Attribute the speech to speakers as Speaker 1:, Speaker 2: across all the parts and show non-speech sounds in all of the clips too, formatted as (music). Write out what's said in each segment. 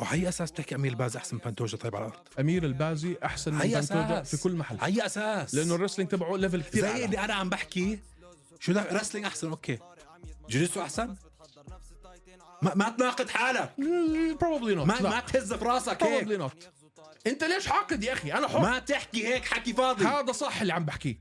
Speaker 1: وعي اساس بتحكي امير الباز احسن بانتوجه طيب على الارض
Speaker 2: امير البازي احسن من
Speaker 1: عي
Speaker 2: بنتوجا
Speaker 1: اساس
Speaker 2: في كل محل
Speaker 1: عي اساس
Speaker 2: لانه الرسلينج تبعه ليفل كثير
Speaker 1: زي
Speaker 2: أعلى.
Speaker 1: اللي انا عم بحكي شو ده رسلينج احسن اوكي جوجيتسو احسن ما, ما تناقض حالك
Speaker 2: Mm, probably not
Speaker 1: ما,
Speaker 2: لا.
Speaker 1: ما تهز في راسك هيك
Speaker 2: probably not انت ليش عاقد يا اخي انا حر
Speaker 1: ما تحكي هيك حكي فاضي
Speaker 2: هذا صح اللي عم بحكيه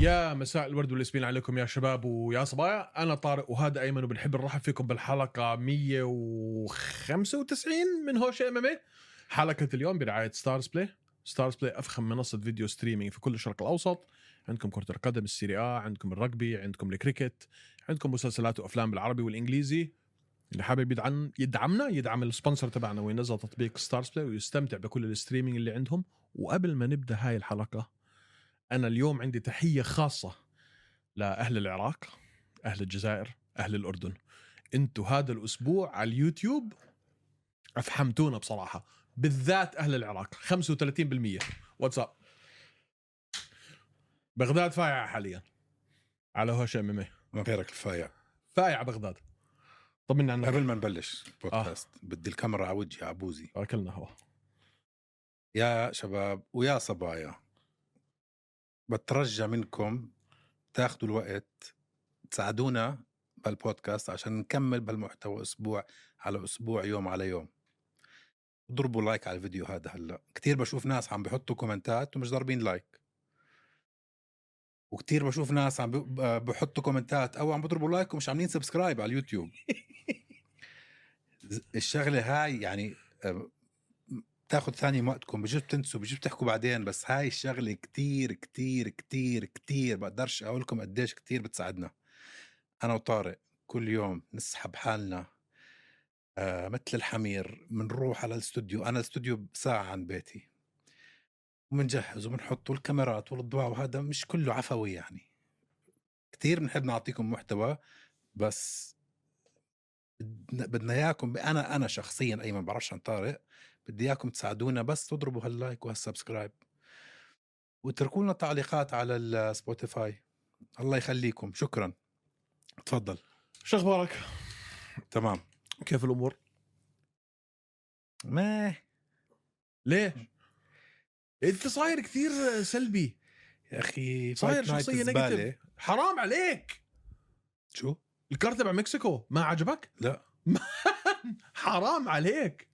Speaker 2: يا مساء الورد والياسمين عليكم يا شباب ويا صبايا انا طارق وهذا ايمن وبنحب نرحب فيكم بالحلقه 195 من هوش ام حلقه إيه. اليوم برعايه ستارز بلاي ستارز بلاي افخم منصه فيديو ستريمينج في كل الشرق الاوسط عندكم كره القدم السيري آ عندكم الرجبي عندكم الكريكت عندكم مسلسلات وافلام بالعربي والانجليزي اللي حابب يدعم يدعمنا يدعم السبونسر تبعنا وينزل تطبيق ستارز بلاي ويستمتع بكل الستريمينج اللي عندهم وقبل ما نبدا هاي الحلقه انا اليوم عندي تحيه خاصه لاهل العراق اهل الجزائر اهل الاردن انتوا هذا الاسبوع على اليوتيوب افحمتونا بصراحه بالذات اهل العراق 35% واتساب بغداد فايعه حاليا على هوش إيه. ام ام
Speaker 3: ما غيرك الفايع
Speaker 2: فايعه بغداد طمنا عنك
Speaker 3: قبل ما نبلش
Speaker 2: آه.
Speaker 3: بودكاست بدي الكاميرا على وجهي على بوزي
Speaker 2: اكلنا هوا
Speaker 3: يا شباب ويا صبايا بترجى منكم تاخذوا الوقت تساعدونا بالبودكاست عشان نكمل بالمحتوى اسبوع على اسبوع يوم على يوم ضربوا لايك على الفيديو هذا هلا كثير بشوف ناس عم بحطوا كومنتات ومش ضاربين لايك وكثير بشوف ناس عم بي- آه، بحطوا كومنتات او عم بضربوا لايك ومش عاملين سبسكرايب على اليوتيوب ز- الشغله هاي يعني آه، بتاخد ثاني وقتكم بجوز بتنسوا بجوز بتحكوا بعدين بس هاي الشغله كتير كتير كتير كتير بقدرش اقول لكم قديش كتير بتساعدنا انا وطارق كل يوم نسحب حالنا آه مثل الحمير بنروح على الاستوديو انا الاستوديو ساعه عن بيتي وبنجهز وبنحط الكاميرات والاضواء وهذا مش كله عفوي يعني كتير بنحب نعطيكم محتوى بس بدنا بدنا اياكم انا انا شخصيا ايمن بعرفش عن طارق بدي اياكم تساعدونا بس تضربوا هاللايك وهالسبسكرايب واتركوا لنا تعليقات على السبوتيفاي الله يخليكم شكرا تفضل
Speaker 2: شو اخبارك؟
Speaker 3: تمام
Speaker 2: كيف الامور؟
Speaker 3: ما
Speaker 2: ليش؟ انت صاير كثير سلبي
Speaker 3: يا اخي
Speaker 2: صاير
Speaker 3: Fight Night
Speaker 2: شخصية
Speaker 3: زبالة.
Speaker 2: negative. حرام عليك
Speaker 3: شو
Speaker 2: الكارت تبع مكسيكو ما عجبك؟
Speaker 3: لا.
Speaker 2: مان، (laughs) حرام عليك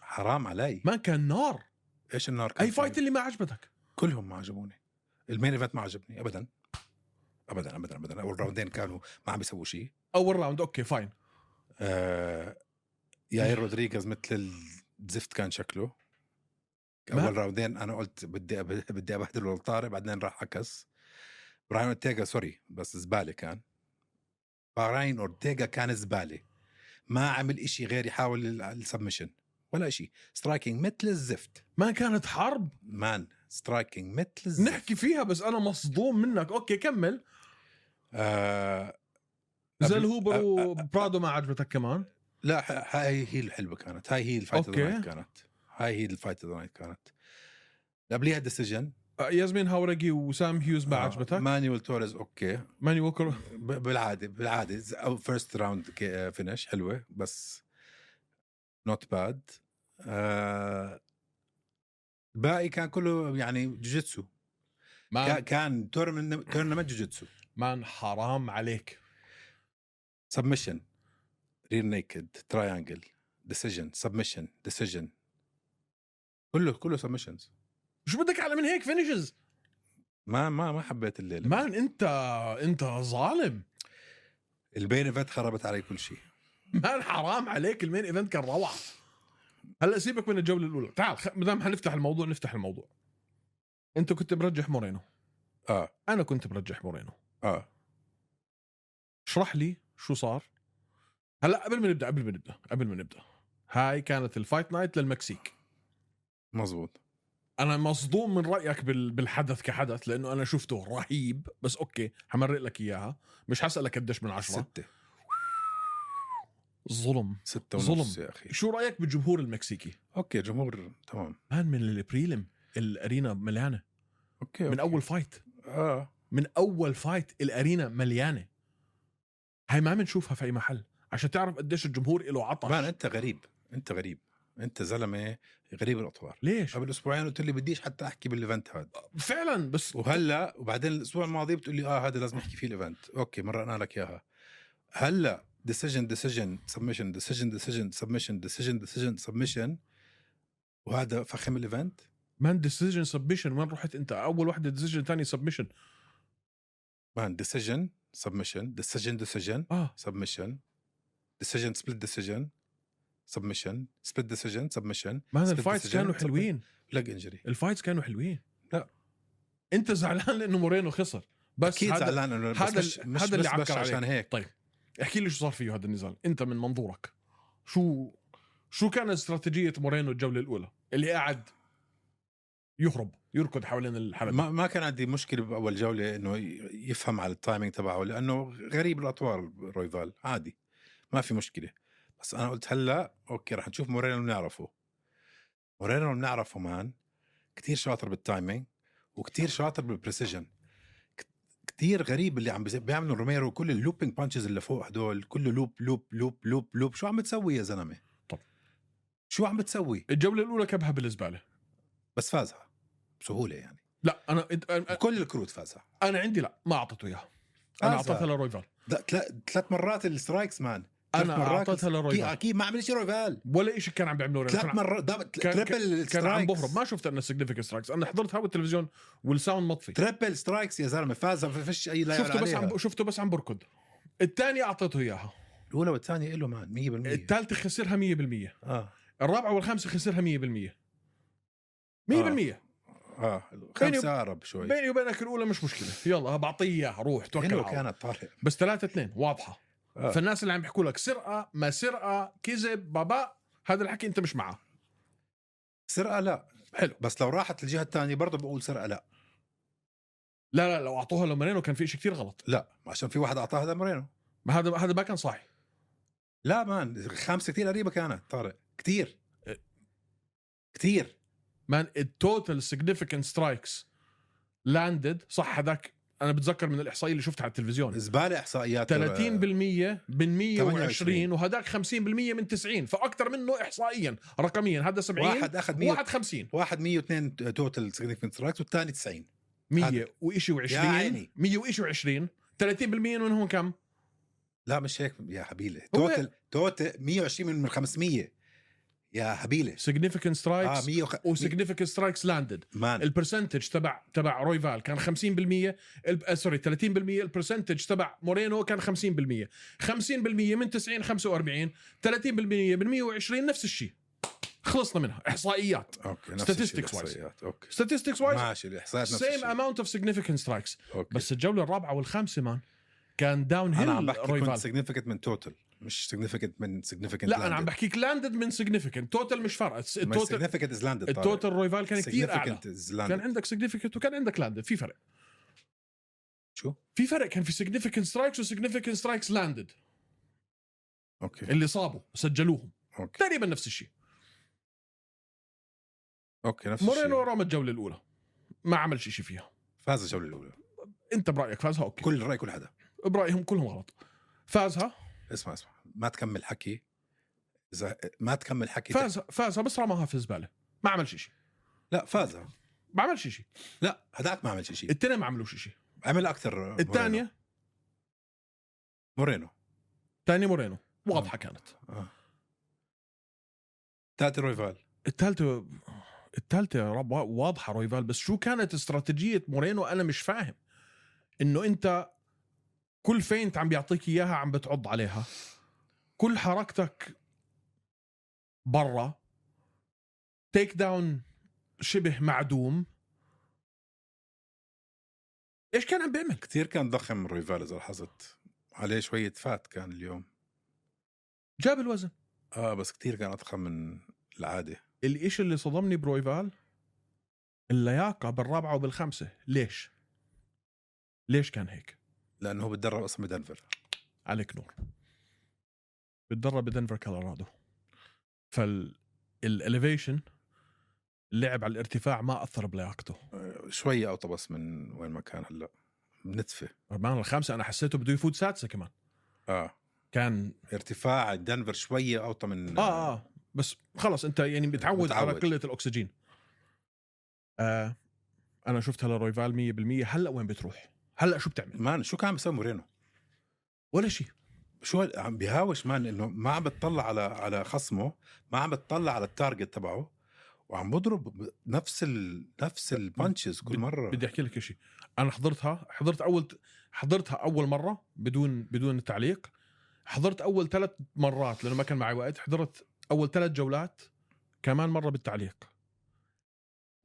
Speaker 3: حرام علي
Speaker 2: ما كان نار
Speaker 3: ايش النار كان
Speaker 2: اي
Speaker 3: فيه؟
Speaker 2: فايت اللي ما عجبتك
Speaker 3: كلهم ما عجبوني المين ايفنت ما عجبني ابدا ابدا ابدا ابدا اول راوندين كانوا ما عم بيسووا شيء
Speaker 2: اول راوند اوكي فاين
Speaker 3: آه ياير رودريغيز مثل الزفت كان شكله
Speaker 2: ما-
Speaker 3: اول راوندين انا قلت بدي أب- بدي ابهدله لطارق بعدين راح عكس براين اورتيغا سوري بس زباله كان براين اورتيغا كان زباله ما عمل إشي غير يحاول ال- السبمشن ولا إشي سترايكينج مثل الزفت
Speaker 2: ما كانت حرب
Speaker 3: مان سترايكينج مثل الزفت
Speaker 2: نحكي فيها بس انا مصدوم منك اوكي كمل
Speaker 3: آه
Speaker 2: زل
Speaker 3: قبل-
Speaker 2: هوبر وبرادو ما عجبتك كمان
Speaker 3: لا ح- هاي هي الحلوه كانت هاي هي الفايت اوف
Speaker 2: أوكي.
Speaker 3: ذا نايت كانت هاي هي الفايت اوف ذا نايت كانت قبليها ديسيجن
Speaker 2: آه، ياسمين هاورجي وسام هيوز
Speaker 3: آه،
Speaker 2: آه. ما عجبتك
Speaker 3: مانويل توريز اوكي
Speaker 2: ماني ووكر
Speaker 3: ب- بالعاده بالعاده فيرست راوند فينش حلوه آه، بس نوت باد الباقي آه، كان كله يعني جوجيتسو
Speaker 2: مان
Speaker 3: كا- كان تورنمنت تورنمنت جوجيتسو
Speaker 2: مان حرام عليك
Speaker 3: سبمشن رير نيكد تراينجل ديسيجن سبمشن ديسيجن كله كله سبمشنز
Speaker 2: شو بدك اعلى من هيك فينيشز
Speaker 3: ما ما ما حبيت الليله
Speaker 2: مان انت انت ظالم
Speaker 3: البين ايفنت خربت علي كل شيء
Speaker 2: مان حرام عليك المين ايفنت كان روعه هلا سيبك من الجوله الاولى تعال خ... ما دام حنفتح الموضوع نفتح الموضوع انت كنت مرجح مورينو
Speaker 3: اه
Speaker 2: انا كنت مرجح مورينو
Speaker 3: اه
Speaker 2: اشرح لي شو صار هلا قبل ما نبدا قبل ما نبدا قبل ما نبدا هاي كانت الفايت نايت للمكسيك
Speaker 3: مزبوط
Speaker 2: انا مصدوم من رايك بال... بالحدث كحدث لانه انا شفته رهيب بس اوكي حمرق لك اياها مش حسألك قديش من عشرة
Speaker 3: ستة
Speaker 2: ظلم
Speaker 3: ستة
Speaker 2: ظلم.
Speaker 3: ونص يا أخي
Speaker 2: شو رايك بالجمهور المكسيكي
Speaker 3: أوكي جمهور تمام
Speaker 2: آه، مان من البريلم الارينا مليانه
Speaker 3: أوكي, أوكي.
Speaker 2: من اول فايت
Speaker 3: آه
Speaker 2: من اول فايت الارينا مليانه هاي ما بنشوفها في اي محل عشان تعرف قديش الجمهور له عطش
Speaker 3: مان انت غريب انت غريب انت زلمه غريب الاطوار
Speaker 2: ليش
Speaker 3: قبل اسبوعين قلت لي بديش حتى احكي بالايفنت هذا
Speaker 2: فعلا بس
Speaker 3: وهلا وبعدين الاسبوع الماضي بتقول لي اه هذا لازم احكي فيه الايفنت اوكي مرقنا لك اياها هلا ديسيجن ديسيجن سبمشن ديسيجن ديسيجن سبمشن ديسيجن ديسيجن سبمشن وهذا فخم الايفنت
Speaker 2: مان ديسيجن سبمشن وين رحت انت اول وحده ديسيجن ثاني سبمشن
Speaker 3: مان ديسيجن سبمشن ديسيجن ديسيجن
Speaker 2: اه
Speaker 3: سبمشن ديسيجن سبليت ديسيجن سبمشن سبليت ديسيجن سبمشن
Speaker 2: مان
Speaker 3: split
Speaker 2: الفايتس
Speaker 3: decision.
Speaker 2: كانوا حلوين
Speaker 3: لج انجري
Speaker 2: الفايتس كانوا حلوين
Speaker 3: لا.
Speaker 2: انت زعلان لانه مورينو خسر بس
Speaker 3: اكيد
Speaker 2: هذا
Speaker 3: زعلان انه بس
Speaker 2: هذا
Speaker 3: مش
Speaker 2: ال-
Speaker 3: مش
Speaker 2: هذا
Speaker 3: بس,
Speaker 2: اللي
Speaker 3: بس
Speaker 2: عكر
Speaker 3: عشان هيك
Speaker 2: طيب احكي لي شو صار فيه هذا النزال انت من منظورك شو شو كان استراتيجيه مورينو الجوله الاولى اللي قاعد يهرب يركض حوالين الحلبة
Speaker 3: ما ما كان عندي مشكله باول جوله انه ي- يفهم على التايمينج تبعه لانه غريب الاطوار رويفال عادي ما في مشكله بس انا قلت هلا اوكي رح نشوف مورينو اللي بنعرفه مورينو اللي بنعرفه مان كتير شاطر بالتايمينج وكتير شاطر بالبريسيجن كتير غريب اللي عم بز- بيعملوا روميرو كل اللوبينج بانشز اللي فوق هدول كله لوب لوب لوب لوب لوب شو عم بتسوي يا زلمه
Speaker 2: طب.
Speaker 3: شو عم بتسوي
Speaker 2: الجوله الاولى كبها بالزباله
Speaker 3: بس فازها بسهوله يعني
Speaker 2: لا انا أنت-
Speaker 3: كل الكروت فازها
Speaker 2: انا عندي لا ما اعطيته اياها انا
Speaker 3: فازها.
Speaker 2: اعطيتها لرويفال
Speaker 3: ده تلا- ثلاث مرات السترايكس مان ثلاث
Speaker 2: انا
Speaker 3: مرات
Speaker 2: اعطيتها
Speaker 3: اكيد
Speaker 2: لرويفال
Speaker 3: اكيد ما عمل شيء رويفال
Speaker 2: ولا شيء كان عم بيعملوه
Speaker 3: ثلاث
Speaker 2: كان,
Speaker 3: مرات ده
Speaker 2: كان-
Speaker 3: تريبل
Speaker 2: كان عم بهرب
Speaker 3: سترايكس
Speaker 2: ما شفت انا سيجنفيكت سترايكس انا حضرتها على التلفزيون والساوند مطفي
Speaker 3: تريبل سترايكس يا زلمه فاز ما فيش اي لا يعلى
Speaker 2: شفته بس
Speaker 3: عليها
Speaker 2: عم شفته بس عم بركض الثاني اعطيته اياها
Speaker 3: الاولى والثانيه له مان 100%
Speaker 2: الثالثه خسرها 100%
Speaker 3: اه
Speaker 2: الرابعه والخامسه خسرها 100% 100%
Speaker 3: اه
Speaker 2: بيني-
Speaker 3: خمسه اقرب شوي
Speaker 2: بيني وبينك الاولى مش مشكله يلا بعطيه اياها روح توكل
Speaker 3: حلوه
Speaker 2: على الله.
Speaker 3: كانت طارق
Speaker 2: بس ثلاثة اثنين واضحه
Speaker 3: آه.
Speaker 2: فالناس اللي عم يحكوا لك سرقه ما سرقه كذب بابا هذا الحكي انت مش معه
Speaker 3: سرقه لا
Speaker 2: حلو
Speaker 3: بس لو راحت الجهه الثانيه برضه بقول سرقه لا
Speaker 2: لا لا لو اعطوها لمارينو كان في شيء كثير غلط
Speaker 3: لا عشان في واحد اعطاها هذا مورينو
Speaker 2: ما هذا هذا ما كان صح
Speaker 3: لا مان خمسه كثير قريبه كانت طارق كثير
Speaker 2: إيه.
Speaker 3: كثير
Speaker 2: مان التوتال سيجنيفيكنت سترايكس لاندد صح هذاك انا بتذكر من الاحصائيه اللي شفتها على التلفزيون
Speaker 3: زباله احصائيات
Speaker 2: 30% من 120
Speaker 3: 28.
Speaker 2: وهداك 50% من 90 فاكثر منه احصائيا رقميا هذا 70
Speaker 3: واحد اخذ 100
Speaker 2: واحد 50
Speaker 3: واحد 102 توتال سيجنفكت سترايكس والثاني 90
Speaker 2: 100
Speaker 3: هذا.
Speaker 2: وشيء
Speaker 3: يا
Speaker 2: و20
Speaker 3: عيني.
Speaker 2: 100 وشيء و20 30% منهم كم؟
Speaker 3: لا مش هيك يا حبيله
Speaker 2: هو-
Speaker 3: توتال توتال 120 من 500 يا حبيله
Speaker 2: significant
Speaker 3: اه
Speaker 2: strikes
Speaker 3: 100
Speaker 2: وسيجنيفيكنت سترايكس لاندد
Speaker 3: مان
Speaker 2: البرسنتج تبع تبع رويفال كان 50% ال- آه، سوري 30% البرسنتج تبع مورينو كان 50% 50% من 90 45 30% من 120 نفس الشيء خلصنا منها احصائيات
Speaker 3: اوكي نفس الشيء
Speaker 2: statistics wise.
Speaker 3: الإحصائيات. اوكي
Speaker 2: statistics وايز
Speaker 3: ماشي الاحصائيات نفس
Speaker 2: سيم
Speaker 3: الشيء
Speaker 2: اماونت اوف سيجنيفيكنت سترايكس
Speaker 3: اوكي
Speaker 2: بس الجوله الرابعه والخامسه مان كان داون هيل
Speaker 3: انا عم بحكي كنت
Speaker 2: رويفال
Speaker 3: سيجنفكت من توتال مش سيجنفكت من سيجنفكت
Speaker 2: لا انا عم بحكيك لاندد من سيجنيفيكنت توتال مش فارقه التوتال
Speaker 3: سيجنفكت از لاندد
Speaker 2: التوتال رويفال كان كثير اعلى
Speaker 3: از
Speaker 2: كان
Speaker 3: لاندد
Speaker 2: عندك سيجنيفيكنت وكان عندك لاندد في فرق
Speaker 3: شو؟
Speaker 2: في فرق كان في سيجنيفيكنت سترايكس وسيجنيفيكنت سترايكس لاندد
Speaker 3: اوكي
Speaker 2: اللي صابوا سجلوهم
Speaker 3: اوكي
Speaker 2: تقريبا نفس الشيء
Speaker 3: اوكي نفس
Speaker 2: مورينو
Speaker 3: الشيء
Speaker 2: رمى الجوله الاولى ما عمل شيء فيها
Speaker 3: فاز الجوله الاولى
Speaker 2: انت برايك فازها اوكي
Speaker 3: كل راي كل حدا
Speaker 2: برايهم كلهم غلط فازها
Speaker 3: اسمع اسمع ما تكمل حكي اذا ما تكمل حكي
Speaker 2: فازها فازها بس رماها في الزباله ما عمل شيء
Speaker 3: لا فازها
Speaker 2: ما عملش شيء
Speaker 3: لا هداك ما عمل شيء شيء
Speaker 2: التنين ما عملوش شيء
Speaker 3: عمل اكثر مورينو.
Speaker 2: الثانيه
Speaker 3: مورينو
Speaker 2: ثانيه مورينو واضحه كانت
Speaker 3: آه. تاتي رويفال
Speaker 2: الثالثه الثالثه رب- واضحه رويفال بس شو كانت استراتيجيه مورينو انا مش فاهم انه انت كل فينت عم بيعطيك اياها عم بتعض عليها كل حركتك برا تيك داون شبه معدوم ايش كان عم بيعمل
Speaker 3: كثير كان ضخم رويفال اذا لاحظت عليه شويه فات كان اليوم
Speaker 2: جاب الوزن
Speaker 3: اه بس كثير كان اضخم من العاده
Speaker 2: الإشي اللي صدمني برويفال اللياقة بالرابعة وبالخامسة ليش؟ ليش كان هيك؟
Speaker 3: لانه هو بتدرب اصلا بدنفر
Speaker 2: عليك نور بتدرب بدنفر كولورادو فالإليفيشن اللعب على الارتفاع ما أثر بلياقته
Speaker 3: آه، شوي اوطبس من وين ما كان هلا نتفه
Speaker 2: ربعنا الخامسه انا حسيته بده يفوت سادسه كمان
Speaker 3: اه
Speaker 2: كان
Speaker 3: ارتفاع دنفر شويه اوطى من
Speaker 2: اه اه بس خلص انت يعني متعود, على
Speaker 3: نعم. متعود.
Speaker 2: قله الاكسجين آه انا شفت هلا رويفال 100% هلا وين بتروح؟ هلا شو بتعمل؟
Speaker 3: مان شو كان عم بيسوي مورينو؟
Speaker 2: ولا شيء
Speaker 3: شو هال- عم بيهاوش مان انه ما عم بتطلع على على خصمه ما عم بتطلع على التارجت تبعه وعم بضرب ب- نفس ال... نفس البانشز كل مره
Speaker 2: بدي احكي لك شيء انا حضرتها حضرت اول حضرتها اول مره بدون بدون تعليق حضرت اول ثلاث مرات لانه ما كان معي وقت حضرت اول ثلاث جولات كمان مره بالتعليق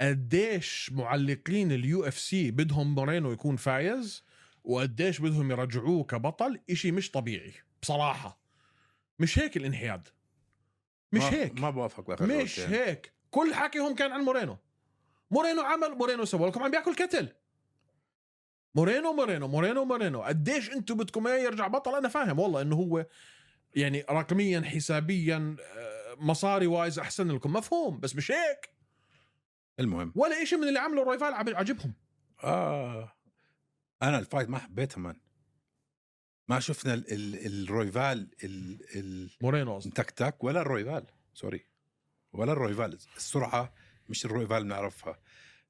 Speaker 2: قديش معلقين اليو اف سي بدهم مورينو يكون فايز وقديش بدهم يرجعوه كبطل إشي مش طبيعي بصراحه مش هيك الانحياد مش
Speaker 3: ما-
Speaker 2: هيك
Speaker 3: ما بوافق باخر
Speaker 2: مش
Speaker 3: جولتين.
Speaker 2: هيك كل حكيهم كان عن مورينو مورينو عمل مورينو سوى لكم عم بياكل كتل مورينو مورينو مورينو مورينو قديش انتم بدكم اياه يرجع بطل انا فاهم والله انه هو يعني رقميا حسابيا آه، مصاري وايز احسن لكم مفهوم بس مش هيك
Speaker 3: المهم
Speaker 2: ولا شيء من اللي عمله رويفال عب- عجبهم
Speaker 3: اه انا الفايت ما حبيتها مان ما شفنا ال... ال... الرويفال ال... ال...
Speaker 2: مورينو قصدي
Speaker 3: تك تك ولا الرويفال سوري ولا الرويفال السرعه مش الرويفال بنعرفها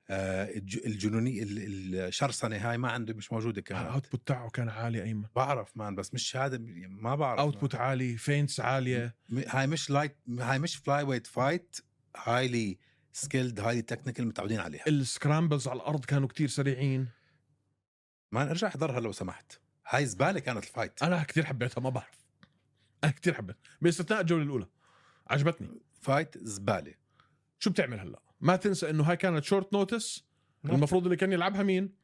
Speaker 3: آه الج- الجنوني ال- الشرسنه هاي ما عنده مش موجوده كانت
Speaker 2: الاوتبوت تاعه كان عالي ايمن
Speaker 3: بعرف مان بس مش هذا يعني ما بعرف مان.
Speaker 2: اوتبوت عالي فينتس عاليه
Speaker 3: م- هاي مش لايت هاي مش فلاي ويت فايت هايلي سكيلد هايلي تكنيكال متعودين عليها
Speaker 2: السكرامبلز على الارض كانوا كتير سريعين
Speaker 3: مان ارجع احضرها لو سمحت هاي زباله كانت الفايت
Speaker 2: انا كتير حبيتها ما بعرف انا كتير حبيت باستثناء الجوله الاولى عجبتني
Speaker 3: فايت زباله
Speaker 2: شو بتعمل هلا ما تنسى انه هاي كانت شورت نوتس
Speaker 3: نعم.
Speaker 2: المفروض اللي كان يلعبها مين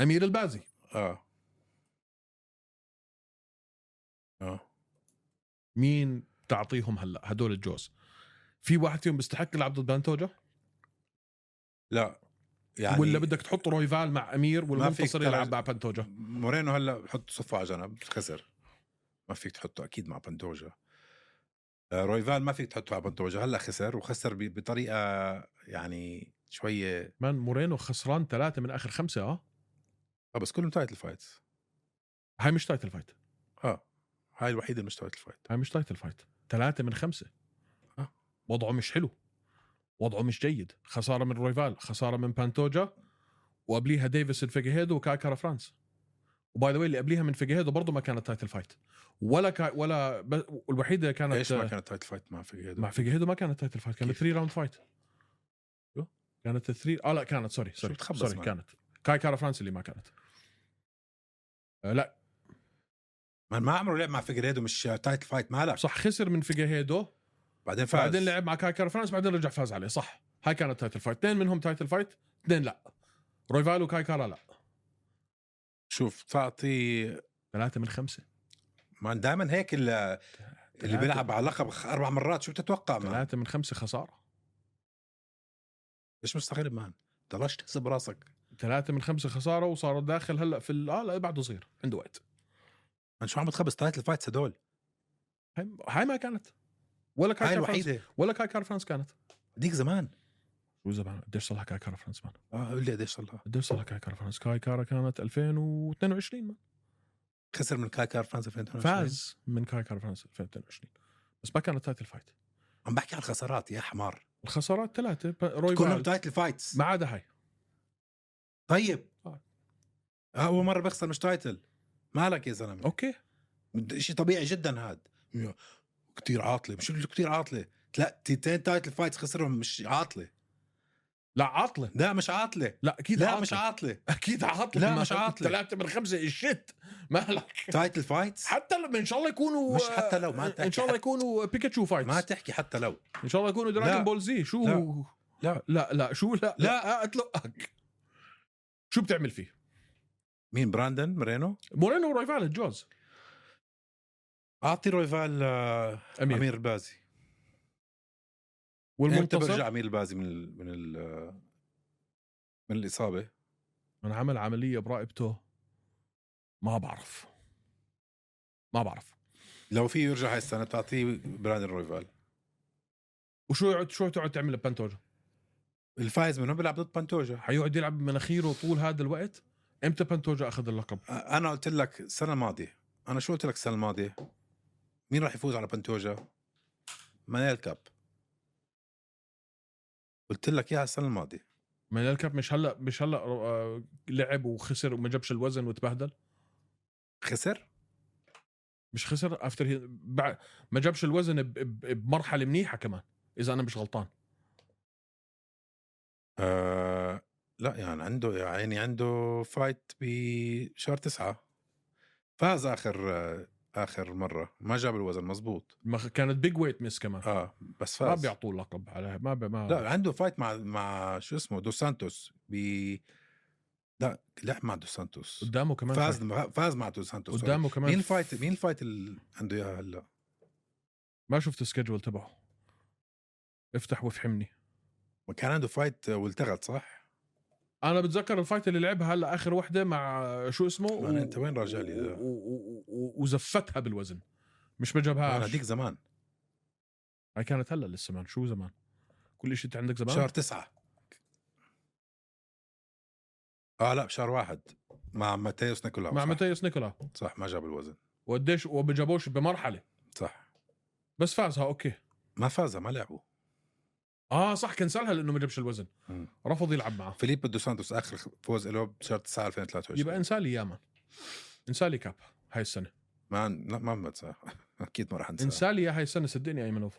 Speaker 2: امير البازي
Speaker 3: اه اه
Speaker 2: مين تعطيهم هلا هدول الجوز في واحد فيهم بيستحق يلعب ضد بانتوجا
Speaker 3: لا
Speaker 2: يعني ولا بدك تحط رويفال مع امير
Speaker 3: ما فيك
Speaker 2: والمنتصر
Speaker 3: ترى-
Speaker 2: يلعب مع بانتوجا
Speaker 3: مورينو هلا بحط صفه على جنب خسر ما فيك تحطه اكيد مع بندوجا آه، رويفال ما فيك تحطه على بندوجا هلا خسر وخسر ب- بطريقه يعني شويه
Speaker 2: مان مورينو خسران ثلاثه من اخر خمسه اه
Speaker 3: اه بس كلهم تايتل فايت
Speaker 2: هاي مش تايتل فايت
Speaker 3: اه هاي الوحيده اللي مش تايتل فايت
Speaker 2: هاي مش تايتل فايت ثلاثة من خمسة
Speaker 3: آه.
Speaker 2: وضعه مش حلو وضعه مش جيد خسارة من رويفال خسارة من بانتوجا وقبليها ديفيس الفيجيهيدو وكاكارا فرانس وباي ذا اللي قبليها من فيجيهيدو برضه ما كانت تايتل فايت ولا كا ولا ب... الوحيدة كانت
Speaker 3: ايش ما كانت تايتل فايت مع فيجيدو
Speaker 2: مع فيجيهيدو ما كانت تايتل فايت كانت
Speaker 3: كيف؟
Speaker 2: 3 راوند فايت
Speaker 3: شو؟
Speaker 2: كانت 3 اه لا كانت سوري سوري
Speaker 3: بتخبص
Speaker 2: سوري
Speaker 3: معك؟
Speaker 2: كانت كاي كارا فرانس اللي ما كانت آه لا
Speaker 3: ما ما عمره لعب مع فيجيدو مش تايتل فايت ما لعب
Speaker 2: صح خسر من فيجيهيدو
Speaker 3: بعدين فاز
Speaker 2: بعدين لعب مع كاكر فرانس بعدين رجع فاز عليه صح هاي كانت تايتل فايت اثنين منهم تايتل فايت اثنين لا رويفال وكايكارا لا
Speaker 3: شوف تعطي
Speaker 2: ثلاثة من خمسة
Speaker 3: ما دائما هيك اللي, اللي
Speaker 2: ثلاثة.
Speaker 3: بيلعب على لقب خ- اربع مرات شو بتتوقع مان
Speaker 2: ثلاثة من خمسة خسارة
Speaker 3: ليش مستغرب مان ضلش تحسب براسك
Speaker 2: ثلاثة من خمسة خسارة وصار داخل هلا في ال- اه لا بعده صغير عنده وقت
Speaker 3: مان شو عم تخبص تايتل فايتس هدول
Speaker 2: هاي, هاي ما كانت ولا
Speaker 3: هاي
Speaker 2: كايكارا فرانس
Speaker 3: الوحيده
Speaker 2: ولا كايكارا فرانس كانت
Speaker 3: ديك زمان
Speaker 2: شو زمان قديش صار لها كايكارا فرانس مان
Speaker 3: اه قول لي قديش صار لها
Speaker 2: قديش صار لها كايكارا فرانس كايكارا كانت 2022 مان
Speaker 3: خسر من كاكار فرنسا 2022
Speaker 2: فاز من كايكارا فرانس 2022 بس ما كانت تايتل فايت
Speaker 3: عم بحكي عن الخسارات يا حمار
Speaker 2: الخسارات ثلاثة رويفال
Speaker 3: كلهم تايتل فايتس
Speaker 2: ما عدا هاي
Speaker 3: طيب
Speaker 2: آه.
Speaker 3: آه، اول مره بخسر مش تايتل مالك يا زلمه
Speaker 2: اوكي
Speaker 3: شيء طبيعي جدا هاد كثير عاطله مش اللي كثير عاطله لا تيتين تايتل فايتس خسرهم مش عاطله
Speaker 2: لا عطله
Speaker 3: لا مش عاطله
Speaker 2: لا اكيد
Speaker 3: لا
Speaker 2: عطلة.
Speaker 3: مش
Speaker 2: (laughs)
Speaker 3: عاطله
Speaker 2: اكيد عطله
Speaker 3: لا، مش عطلة.
Speaker 2: ثلاثه من خمسه الشت مالك
Speaker 3: تايتل فايتس
Speaker 2: حتى لما ان شاء الله يكونوا
Speaker 3: مش حتى لو، ما
Speaker 2: ان شاء الله يكونوا بيكاتشو فايتس
Speaker 3: ما تحكي حتى لو
Speaker 2: ان شاء الله يكونوا
Speaker 3: لا.
Speaker 2: دراجون بول زي شو
Speaker 3: لا. لا.
Speaker 2: لا لا شو لا لا اتلقك شو بتعمل فيه؟
Speaker 3: مين براندن مرينو
Speaker 2: مورينو ورايفال الجوز
Speaker 3: اعطي رويفال آه،
Speaker 2: امير, أمير.
Speaker 3: امير البازي امتى برجع
Speaker 2: والمنتصر
Speaker 3: امير البازي من ال من ال من الاصابه
Speaker 2: من عمل عمليه برقبته ما بعرف ما بعرف
Speaker 3: لو في يرجع هاي السنه تعطيه براندن رويفال
Speaker 2: وشو يقعد شو تقعد تعمل بانتوجا؟
Speaker 3: الفايز منهم بيلعب ضد بانتوجا
Speaker 2: حيقعد يلعب بمناخيره طول هذا الوقت امتى بانتوجا اخذ اللقب؟
Speaker 3: انا قلت لك السنه الماضيه انا شو قلت لك السنه الماضيه مين راح يفوز على بنتوجا مانيل كاب قلت لك اياها السنه الماضيه
Speaker 2: ما الكاب مش هلا مش هلا آه، لعب وخسر وما جابش الوزن وتبهدل
Speaker 3: خسر
Speaker 2: مش خسر افتر بعد ما جابش الوزن ب- ب- بمرحله منيحه كمان اذا انا مش غلطان
Speaker 3: آه لا يعني عنده يعني عنده فايت بشهر تسعة فاز اخر آه اخر مره ما جاب الوزن مزبوط
Speaker 2: ما خ- كانت بيج ويت ميس كمان
Speaker 3: اه بس
Speaker 2: ما
Speaker 3: فاز
Speaker 2: بيعطوه لقب على ما ب- ما
Speaker 3: لا عنده فايت مع مع شو اسمه دو سانتوس ب لا لعب مع دو سانتوس
Speaker 2: قدامه كمان
Speaker 3: فاز
Speaker 2: فايت.
Speaker 3: فاز مع دو سانتوس سوري.
Speaker 2: قدامه كمان
Speaker 3: مين الفايت مين الفايت اللي عنده اياها هلا؟
Speaker 2: ما شفت السكجول تبعه افتح وافهمني
Speaker 3: كان عنده فايت والتغت صح؟
Speaker 2: انا بتذكر الفايت اللي لعبها هلا اخر وحده مع شو اسمه
Speaker 3: أنا أنت وين راجع لي ده؟
Speaker 2: و- و- و- وزفتها بالوزن مش ما
Speaker 3: انا
Speaker 2: جابهاش
Speaker 3: هديك زمان
Speaker 2: هاي كانت هلا لسه مان شو زمان كل شيء انت عندك زمان
Speaker 3: شهر تسعة اه لا بشهر واحد مع ماتيوس نيكولاو
Speaker 2: مع
Speaker 3: صح.
Speaker 2: ماتيوس نيكولا
Speaker 3: صح ما جاب الوزن
Speaker 2: وقديش وما جابوش بمرحله
Speaker 3: صح
Speaker 2: بس فازها اوكي
Speaker 3: ما فازها ما لعبوا
Speaker 2: اه صح كنسلها لانه ما جابش الوزن
Speaker 3: مم.
Speaker 2: رفض يلعب معه
Speaker 3: فيليب دو سانتوس اخر فوز له بشهر 9 2023
Speaker 2: يبقى انسالي ياما انسالي كاب هاي السنه
Speaker 3: ما لا ما بنسى (laughs) اكيد ما راح انسى
Speaker 2: انسالي يا هاي السنه صدقني ايمنوف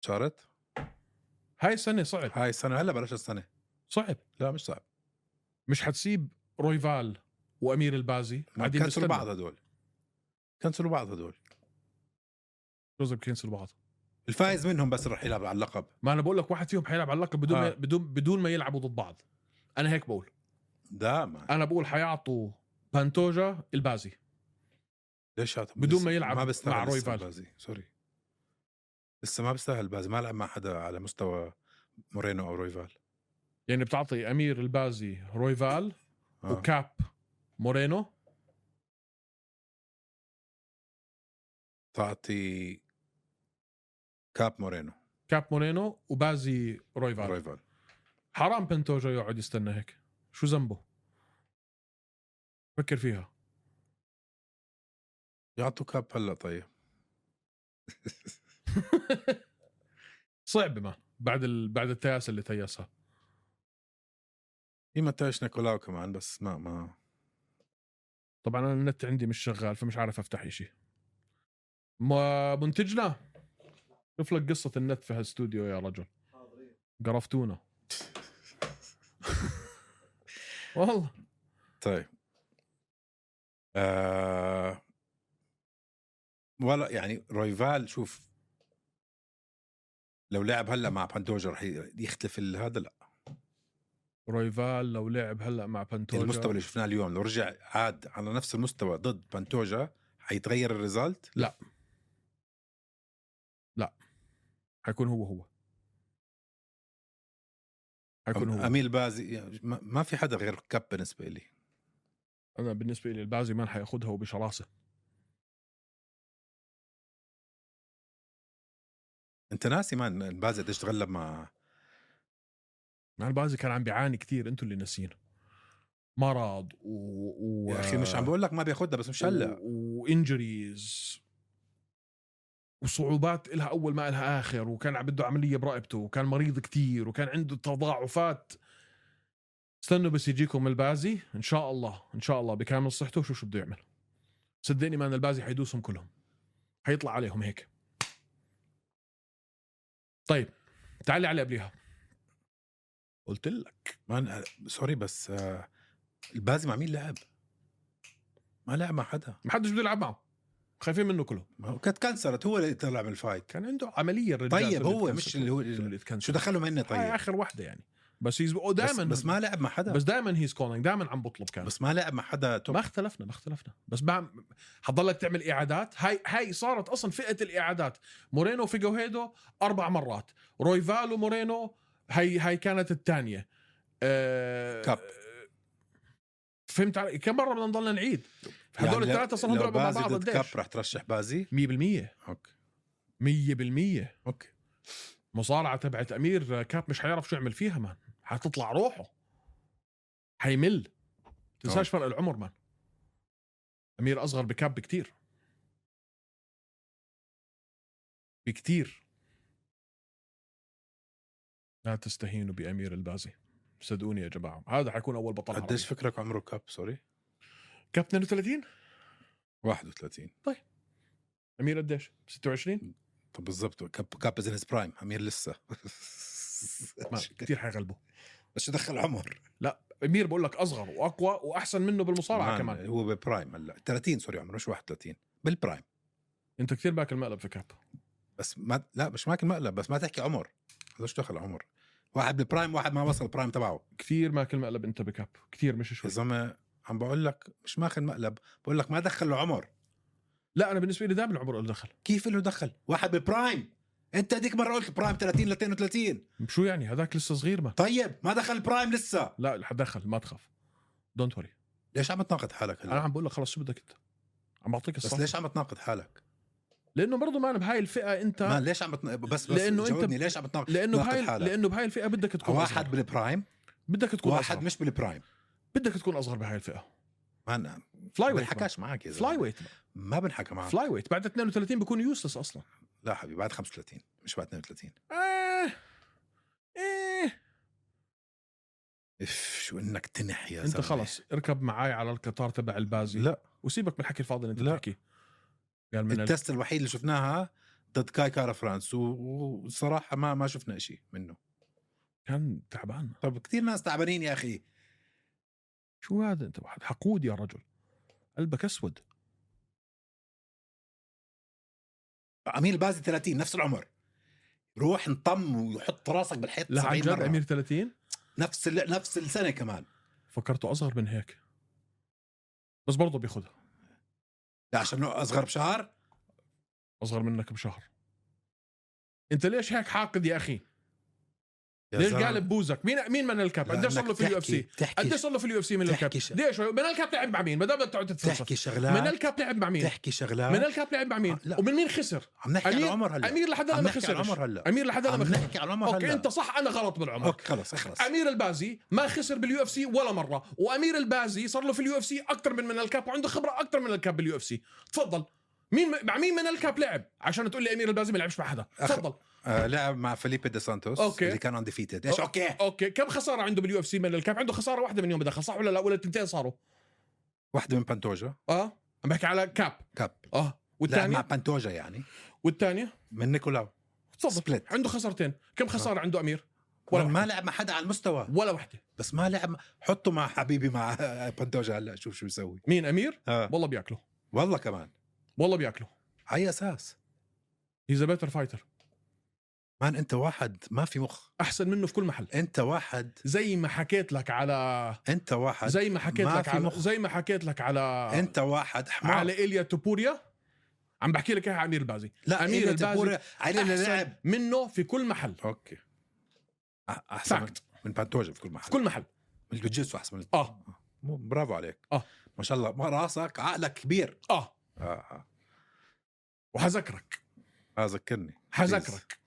Speaker 3: شارت
Speaker 2: هاي السنه صعب
Speaker 3: هاي السنه هلا بلاش السنه
Speaker 2: صعب
Speaker 3: لا مش صعب
Speaker 2: مش حتسيب رويفال وامير البازي
Speaker 3: ما
Speaker 2: قاعدين
Speaker 3: كنسلوا بعض
Speaker 2: بيستنوا
Speaker 3: هدول كنسلوا بعض هدول
Speaker 2: جوز بكنسل بعض
Speaker 3: الفايز منهم بس راح يلعب على اللقب
Speaker 2: ما انا بقول لك واحد فيهم حيلعب على اللقب بدون
Speaker 3: آه.
Speaker 2: آه. بدون بدون ما يلعبوا ضد بعض انا هيك بقول
Speaker 3: ده ما
Speaker 2: انا بقول حيعطوا بانتوجا البازي
Speaker 3: ليش هات-
Speaker 2: بدون
Speaker 3: لسه
Speaker 2: ما يلعب
Speaker 3: ما بيستاهل
Speaker 2: مع روي
Speaker 3: لسه
Speaker 2: فال.
Speaker 3: بازي سوري لسه ما بيستاهل بازي ما لعب مع حدا على مستوى مورينو او رويفال
Speaker 2: يعني بتعطي امير البازي رويفال آه.
Speaker 3: آه.
Speaker 2: وكاب مورينو
Speaker 3: تعطي كاب مورينو
Speaker 2: كاب مورينو وبازي رويفال
Speaker 3: رويفال
Speaker 2: حرام بنتوجا يقعد يستنى هيك شو ذنبه فكر فيها
Speaker 3: يعطوا كاب هلا طيب
Speaker 2: صعب ما بعد ال... بعد التياس اللي تياسها
Speaker 3: في ماتاش نيكولاو كمان بس ما ما
Speaker 2: طبعا انا النت عندي مش شغال فمش عارف افتح شيء ما منتجنا شوف لك قصه النت في هالاستوديو يا رجل قرفتونا والله
Speaker 3: طيب آه... ولا يعني رويفال شوف لو لعب هلا مع باندوجا رح ي- يختلف ال- هذا لا
Speaker 2: رويفال لو لعب هلا مع بانتوجا
Speaker 3: يعني المستوى اللي شفناه اليوم لو رجع عاد على نفس المستوى ضد بانتوجا حيتغير الريزلت
Speaker 2: حيكون هو هو حيكون هو
Speaker 3: اميل بازي يعني ما- ما في حدا غير كاب بالنسبه لي
Speaker 2: انا بالنسبه لي البازي مان حياخذها وبشراسه
Speaker 3: انت ناسي مان بازي قديش تغلب مع
Speaker 2: مع البازي كان عم بيعاني كثير انتوا اللي ناسيين مرض و, و...
Speaker 3: يا اخي مش عم بقول لك ما بياخذها بس مش هلا
Speaker 2: وانجريز وصعوبات إلها اول ما إلها اخر وكان عم بده عمليه برقبته وكان مريض كتير وكان عنده تضاعفات استنوا بس يجيكم البازي ان شاء الله ان شاء الله بكامل صحته وشوف شو بده يعمل صدقني ما أن البازي حيدوسهم كلهم حيطلع عليهم هيك طيب تعالي على قبليها قلت لك
Speaker 3: مان سوري بس آه، البازي مع مين لعب؟ ما لعب مع حدا
Speaker 2: ما حدش بده يلعب معه خايفين منه كلهم
Speaker 3: ما هو كانت كنسلت هو اللي طلع من الفايت
Speaker 2: كان عنده عمليه الرجال
Speaker 3: طيب
Speaker 2: اللي
Speaker 3: هو
Speaker 2: اتكنسل.
Speaker 3: مش اللي هو
Speaker 2: اللي اتكنسل.
Speaker 3: شو دخله مني
Speaker 2: هاي
Speaker 3: طيب
Speaker 2: اخر واحده يعني بس هيز
Speaker 3: بس,
Speaker 2: دائما
Speaker 3: بس ما لعب مع حدا
Speaker 2: بس دائما هيز كولينج دائما عم بطلب كان بس
Speaker 3: بس ما لعب مع حدا توب
Speaker 2: ما اختلفنا ما اختلفنا بس ما حضلك تعمل اعادات هاي هاي صارت اصلا فئه الاعادات مورينو فيجوهيدو اربع مرات رويفالو مورينو هاي هاي كانت الثانيه أه
Speaker 3: كاب.
Speaker 2: فهمت علي كم مره بدنا نضلنا نعيد هدول
Speaker 3: لو-
Speaker 2: الثلاثه صاروا
Speaker 3: يعني لو
Speaker 2: يضربوا مع
Speaker 3: بازي
Speaker 2: بعض
Speaker 3: ضد كاب
Speaker 2: قديش
Speaker 3: رح ترشح بازي
Speaker 2: 100%
Speaker 3: اوكي
Speaker 2: 100%
Speaker 3: اوكي
Speaker 2: مصارعه تبعت امير كاب مش حيعرف شو يعمل فيها مان حتطلع روحه حيمل تنساش
Speaker 3: آه.
Speaker 2: فرق العمر مان امير اصغر بكاب بكتير بكتير لا تستهينوا بامير البازي صدقوني يا جماعه هذا حيكون اول بطل
Speaker 3: قديش
Speaker 2: عربي.
Speaker 3: فكرك عمره كاب سوري
Speaker 2: كاب 32
Speaker 3: 31
Speaker 2: امير قديش 26
Speaker 3: طب بالضبط كاب كاب از هيز برايم امير لسه (laughs)
Speaker 2: ما كثير حيغلبه
Speaker 3: بس شو دخل عمر
Speaker 2: امير بقول لك اصغر واقوى واحسن منه بالمصارعه
Speaker 3: مان،
Speaker 2: كمان
Speaker 3: هو ببرايم هلا 30 سوري عمره مش 31 بالبرايم
Speaker 2: انت كثير باكل مقلب في كاب
Speaker 3: بس ما لا مش معك المقلب بس ما تحكي عمر هذا شو دخل عمر واحد بالبرايم واحد ما وصل البرايم تبعه
Speaker 2: كثير ماكل مقلب انت بكاب كثير مش
Speaker 3: يا
Speaker 2: شوي
Speaker 3: زلمه عم بقول لك مش ماخذ مقلب بقول لك ما دخل له عمر
Speaker 2: لا انا بالنسبه لي دائما العمر له دخل
Speaker 3: كيف له دخل واحد بالبرايم انت هذيك مره قلت برايم 30 ل 32
Speaker 2: شو يعني هذاك لسه صغير ما
Speaker 3: طيب ما دخل البرايم لسه
Speaker 2: لا دخل ما تخاف دونت وري
Speaker 3: ليش عم تناقض حالك
Speaker 2: انا
Speaker 3: هلا
Speaker 2: عم بقول لك خلص شو بدك انت عم بعطيك
Speaker 3: بس
Speaker 2: الصح
Speaker 3: ليش عم تناقض حالك
Speaker 2: لانه برضه ما انا بهاي الفئه انت
Speaker 3: ما ليش عم بتنا... بس بس
Speaker 2: لأنه
Speaker 3: لانه
Speaker 2: أنت-
Speaker 3: جاوبني ليش عم بتناقض
Speaker 2: لانه
Speaker 3: ناقد
Speaker 2: بهاي
Speaker 3: حالك.
Speaker 2: لانه بهاي الفئه بدك تكون
Speaker 3: واحد
Speaker 2: أصغر.
Speaker 3: بالبرايم
Speaker 2: بدك تكون
Speaker 3: واحد
Speaker 2: أصغر.
Speaker 3: مش بالبرايم
Speaker 2: بدك تكون اصغر بهاي الفئه
Speaker 3: ما انا
Speaker 2: فلاي
Speaker 3: ما
Speaker 2: ويت
Speaker 3: بنحكاش معك يا
Speaker 2: فلاي
Speaker 3: زلمه
Speaker 2: ويت
Speaker 3: ما بنحكى معك
Speaker 2: فلاي ويت بعد 32 بيكون يوسلس اصلا
Speaker 3: لا حبيبي بعد 35 مش بعد 32
Speaker 2: آه. ايه
Speaker 3: اف شو انك تنح يا
Speaker 2: انت
Speaker 3: زلمه
Speaker 2: خلص اركب معاي على القطار تبع البازي
Speaker 3: لا
Speaker 2: وسيبك من الحكي الفاضي اللي انت
Speaker 3: لا.
Speaker 2: بتحكيه قال من ال...
Speaker 3: التست الوحيد اللي شفناها ضد كاي كارا فرانس و- وصراحه ما ما شفنا شيء منه
Speaker 2: كان تعبان
Speaker 3: طب كثير ناس تعبانين يا اخي
Speaker 2: شو هذا انت واحد حقود يا رجل قلبك اسود
Speaker 3: امير البازي 30 نفس العمر روح انطم وحط راسك بالحيط
Speaker 2: لا
Speaker 3: 70
Speaker 2: عن جد
Speaker 3: مره
Speaker 2: امير 30
Speaker 3: نفس ال... نفس السنه كمان
Speaker 2: فكرته اصغر من هيك بس برضه بياخذها
Speaker 3: لا عشان اصغر بشهر
Speaker 2: اصغر منك بشهر انت ليش هيك حاقد يا اخي؟
Speaker 3: يا
Speaker 2: ليش
Speaker 3: زلمة،
Speaker 2: قاعد ببوزك؟ مين مين من الكاب؟
Speaker 3: لأنك
Speaker 2: قديش صار له في اليو اف سي؟
Speaker 3: تحكي- تحكي
Speaker 2: قديش صار له في اليو اف سي من
Speaker 3: تحكي
Speaker 2: الكاب؟
Speaker 3: شي.
Speaker 2: ليش من الكاب لعب مع مين؟ ما دام بدك تقعد
Speaker 3: تحكي
Speaker 2: تتفلسف من
Speaker 3: شغلات
Speaker 2: الكاب لعب مع مين؟
Speaker 3: تحكي شغلات
Speaker 2: من الكاب لعب مع مين؟
Speaker 3: آه، لا.
Speaker 2: ومن مين خسر؟
Speaker 3: عم نحكي على
Speaker 2: أمير-
Speaker 3: العمر هلا
Speaker 2: امير لحد هلا
Speaker 3: عم
Speaker 2: ما
Speaker 3: نحكي على العمر
Speaker 2: خسر
Speaker 3: هلا
Speaker 2: امير لحد هلا
Speaker 3: عم
Speaker 2: ما خسر
Speaker 3: نحكي على العمر
Speaker 2: اوكي
Speaker 3: هلا
Speaker 2: انت صح انا غلط بالعمر
Speaker 3: اوكي خلص اخلص
Speaker 2: امير البازي ما خسر باليو اف سي ولا مره وامير البازي صار له في اليو اف سي اكثر من من الكاب وعنده خبره اكثر من الكاب باليو اف سي تفضل مين مع مين من الكاب لعب عشان تقول لي امير البازي ما لعبش مع حدا
Speaker 3: أخ-
Speaker 2: تفضل
Speaker 3: آه لعب مع فيليبي دي سانتوس
Speaker 2: أوكي.
Speaker 3: اللي كان انديفيتد ايش اوكي
Speaker 2: اوكي كم خساره عنده باليو اف سي من الكاب عنده خساره واحده من يوم ما دخل صح ولا لا ولا تنتين صاروا
Speaker 3: واحده من بانتوجا
Speaker 2: اه عم بحكي على كاب
Speaker 3: كاب
Speaker 2: اه
Speaker 3: لعب مع
Speaker 2: والثانيه
Speaker 3: بانتوجا يعني
Speaker 2: والثانيه
Speaker 3: من نيكولاو
Speaker 2: تفضل
Speaker 3: سبليت
Speaker 2: عنده خسارتين كم خساره عنده امير ولا
Speaker 3: ولا ما
Speaker 2: واحدة.
Speaker 3: لعب مع حدا على المستوى
Speaker 2: ولا واحده
Speaker 3: بس ما لعب حطه مع حبيبي مع (laughs) بانتوجا هلا شوف شو بيسوي
Speaker 2: مين امير
Speaker 3: آه.
Speaker 2: والله بياكله
Speaker 3: والله كمان
Speaker 2: والله بياكله
Speaker 3: على أي اساس
Speaker 2: هيز بيتر فايتر
Speaker 3: مان انت واحد ما في مخ
Speaker 2: احسن منه في كل محل
Speaker 3: انت واحد
Speaker 2: زي ما حكيت لك على
Speaker 3: انت واحد
Speaker 2: زي ما حكيت
Speaker 3: ما
Speaker 2: لك
Speaker 3: في
Speaker 2: على
Speaker 3: مخ.
Speaker 2: زي ما حكيت لك على
Speaker 3: انت واحد حمار
Speaker 2: على ايليا توبوريا عم بحكي لك اياها على امير البازي
Speaker 3: لا
Speaker 2: أمير
Speaker 3: امير
Speaker 2: البازي
Speaker 3: البازي علينا
Speaker 2: إيه، أحسن
Speaker 3: نلعب
Speaker 2: منه في كل محل
Speaker 3: اوكي أح- احسن من-
Speaker 2: فاكت
Speaker 3: من بانتوجا في كل محل
Speaker 2: في كل محل
Speaker 3: الجوجيتسو احسن من
Speaker 2: اه
Speaker 3: مو- برافو عليك
Speaker 2: آه.
Speaker 3: ما شاء الله ما راسك عقلك كبير
Speaker 2: اه
Speaker 3: اه اه
Speaker 2: وحذكرك
Speaker 3: آه، ذكرني
Speaker 2: حذكرك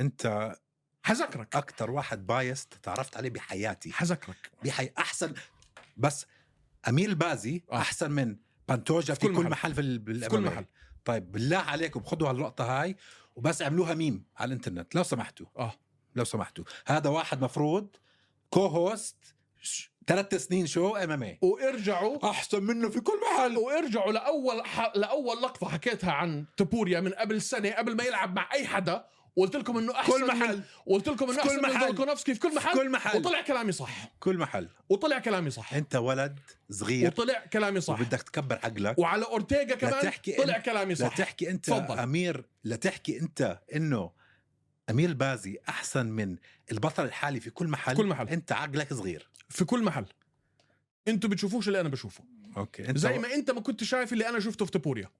Speaker 3: انت
Speaker 2: حذكرك
Speaker 3: اكثر واحد بايست تعرفت عليه بحياتي
Speaker 2: حذكرك
Speaker 3: بحي احسن بس امير البازي
Speaker 2: آه.
Speaker 3: آه. احسن من بانتوجا في كل محل, في, ال-
Speaker 2: في
Speaker 3: بال-
Speaker 2: كل
Speaker 3: MMA.
Speaker 2: محل
Speaker 3: طيب بالله عليكم خذوا هاللقطه هاي وبس اعملوها ميم على الانترنت لو سمحتوا آه،
Speaker 2: اه
Speaker 3: لو سمحتوا هذا واحد مفروض كو هوست ثلاث سنين شو ام ام اي
Speaker 2: وارجعوا
Speaker 3: احسن منه في كل محل
Speaker 2: وارجعوا لاول ح... لاول لقطه حكيتها عن توبوريا من قبل سنه قبل ما يلعب مع اي حدا وقلت لكم انه احسن
Speaker 3: كل محل
Speaker 2: من... قلت لكم انه
Speaker 3: في كل
Speaker 2: احسن من
Speaker 3: محل.
Speaker 2: فولكانوفسكي في كل محل
Speaker 3: كل محل
Speaker 2: وطلع كلامي صح
Speaker 3: كل محل
Speaker 2: وطلع كلامي صح
Speaker 3: انت ولد صغير
Speaker 2: وطلع كلامي صح
Speaker 3: وبدك تكبر عقلك
Speaker 2: وعلى اورتيغا كمان
Speaker 3: تحكي
Speaker 2: طلع كلامي
Speaker 3: يعني لا
Speaker 2: صح
Speaker 3: تحكي انت
Speaker 2: تفضل.
Speaker 3: تفضل. امير لا تحكي انت انه امير البازي احسن من البطل الحالي في كل محل
Speaker 2: في كل محل.
Speaker 3: انت عقلك صغير
Speaker 2: في كل محل انتوا بتشوفوش اللي انا بشوفه
Speaker 3: اوكي انت
Speaker 2: زي ما انت ما كنت شايف اللي انا شفته في تبوريا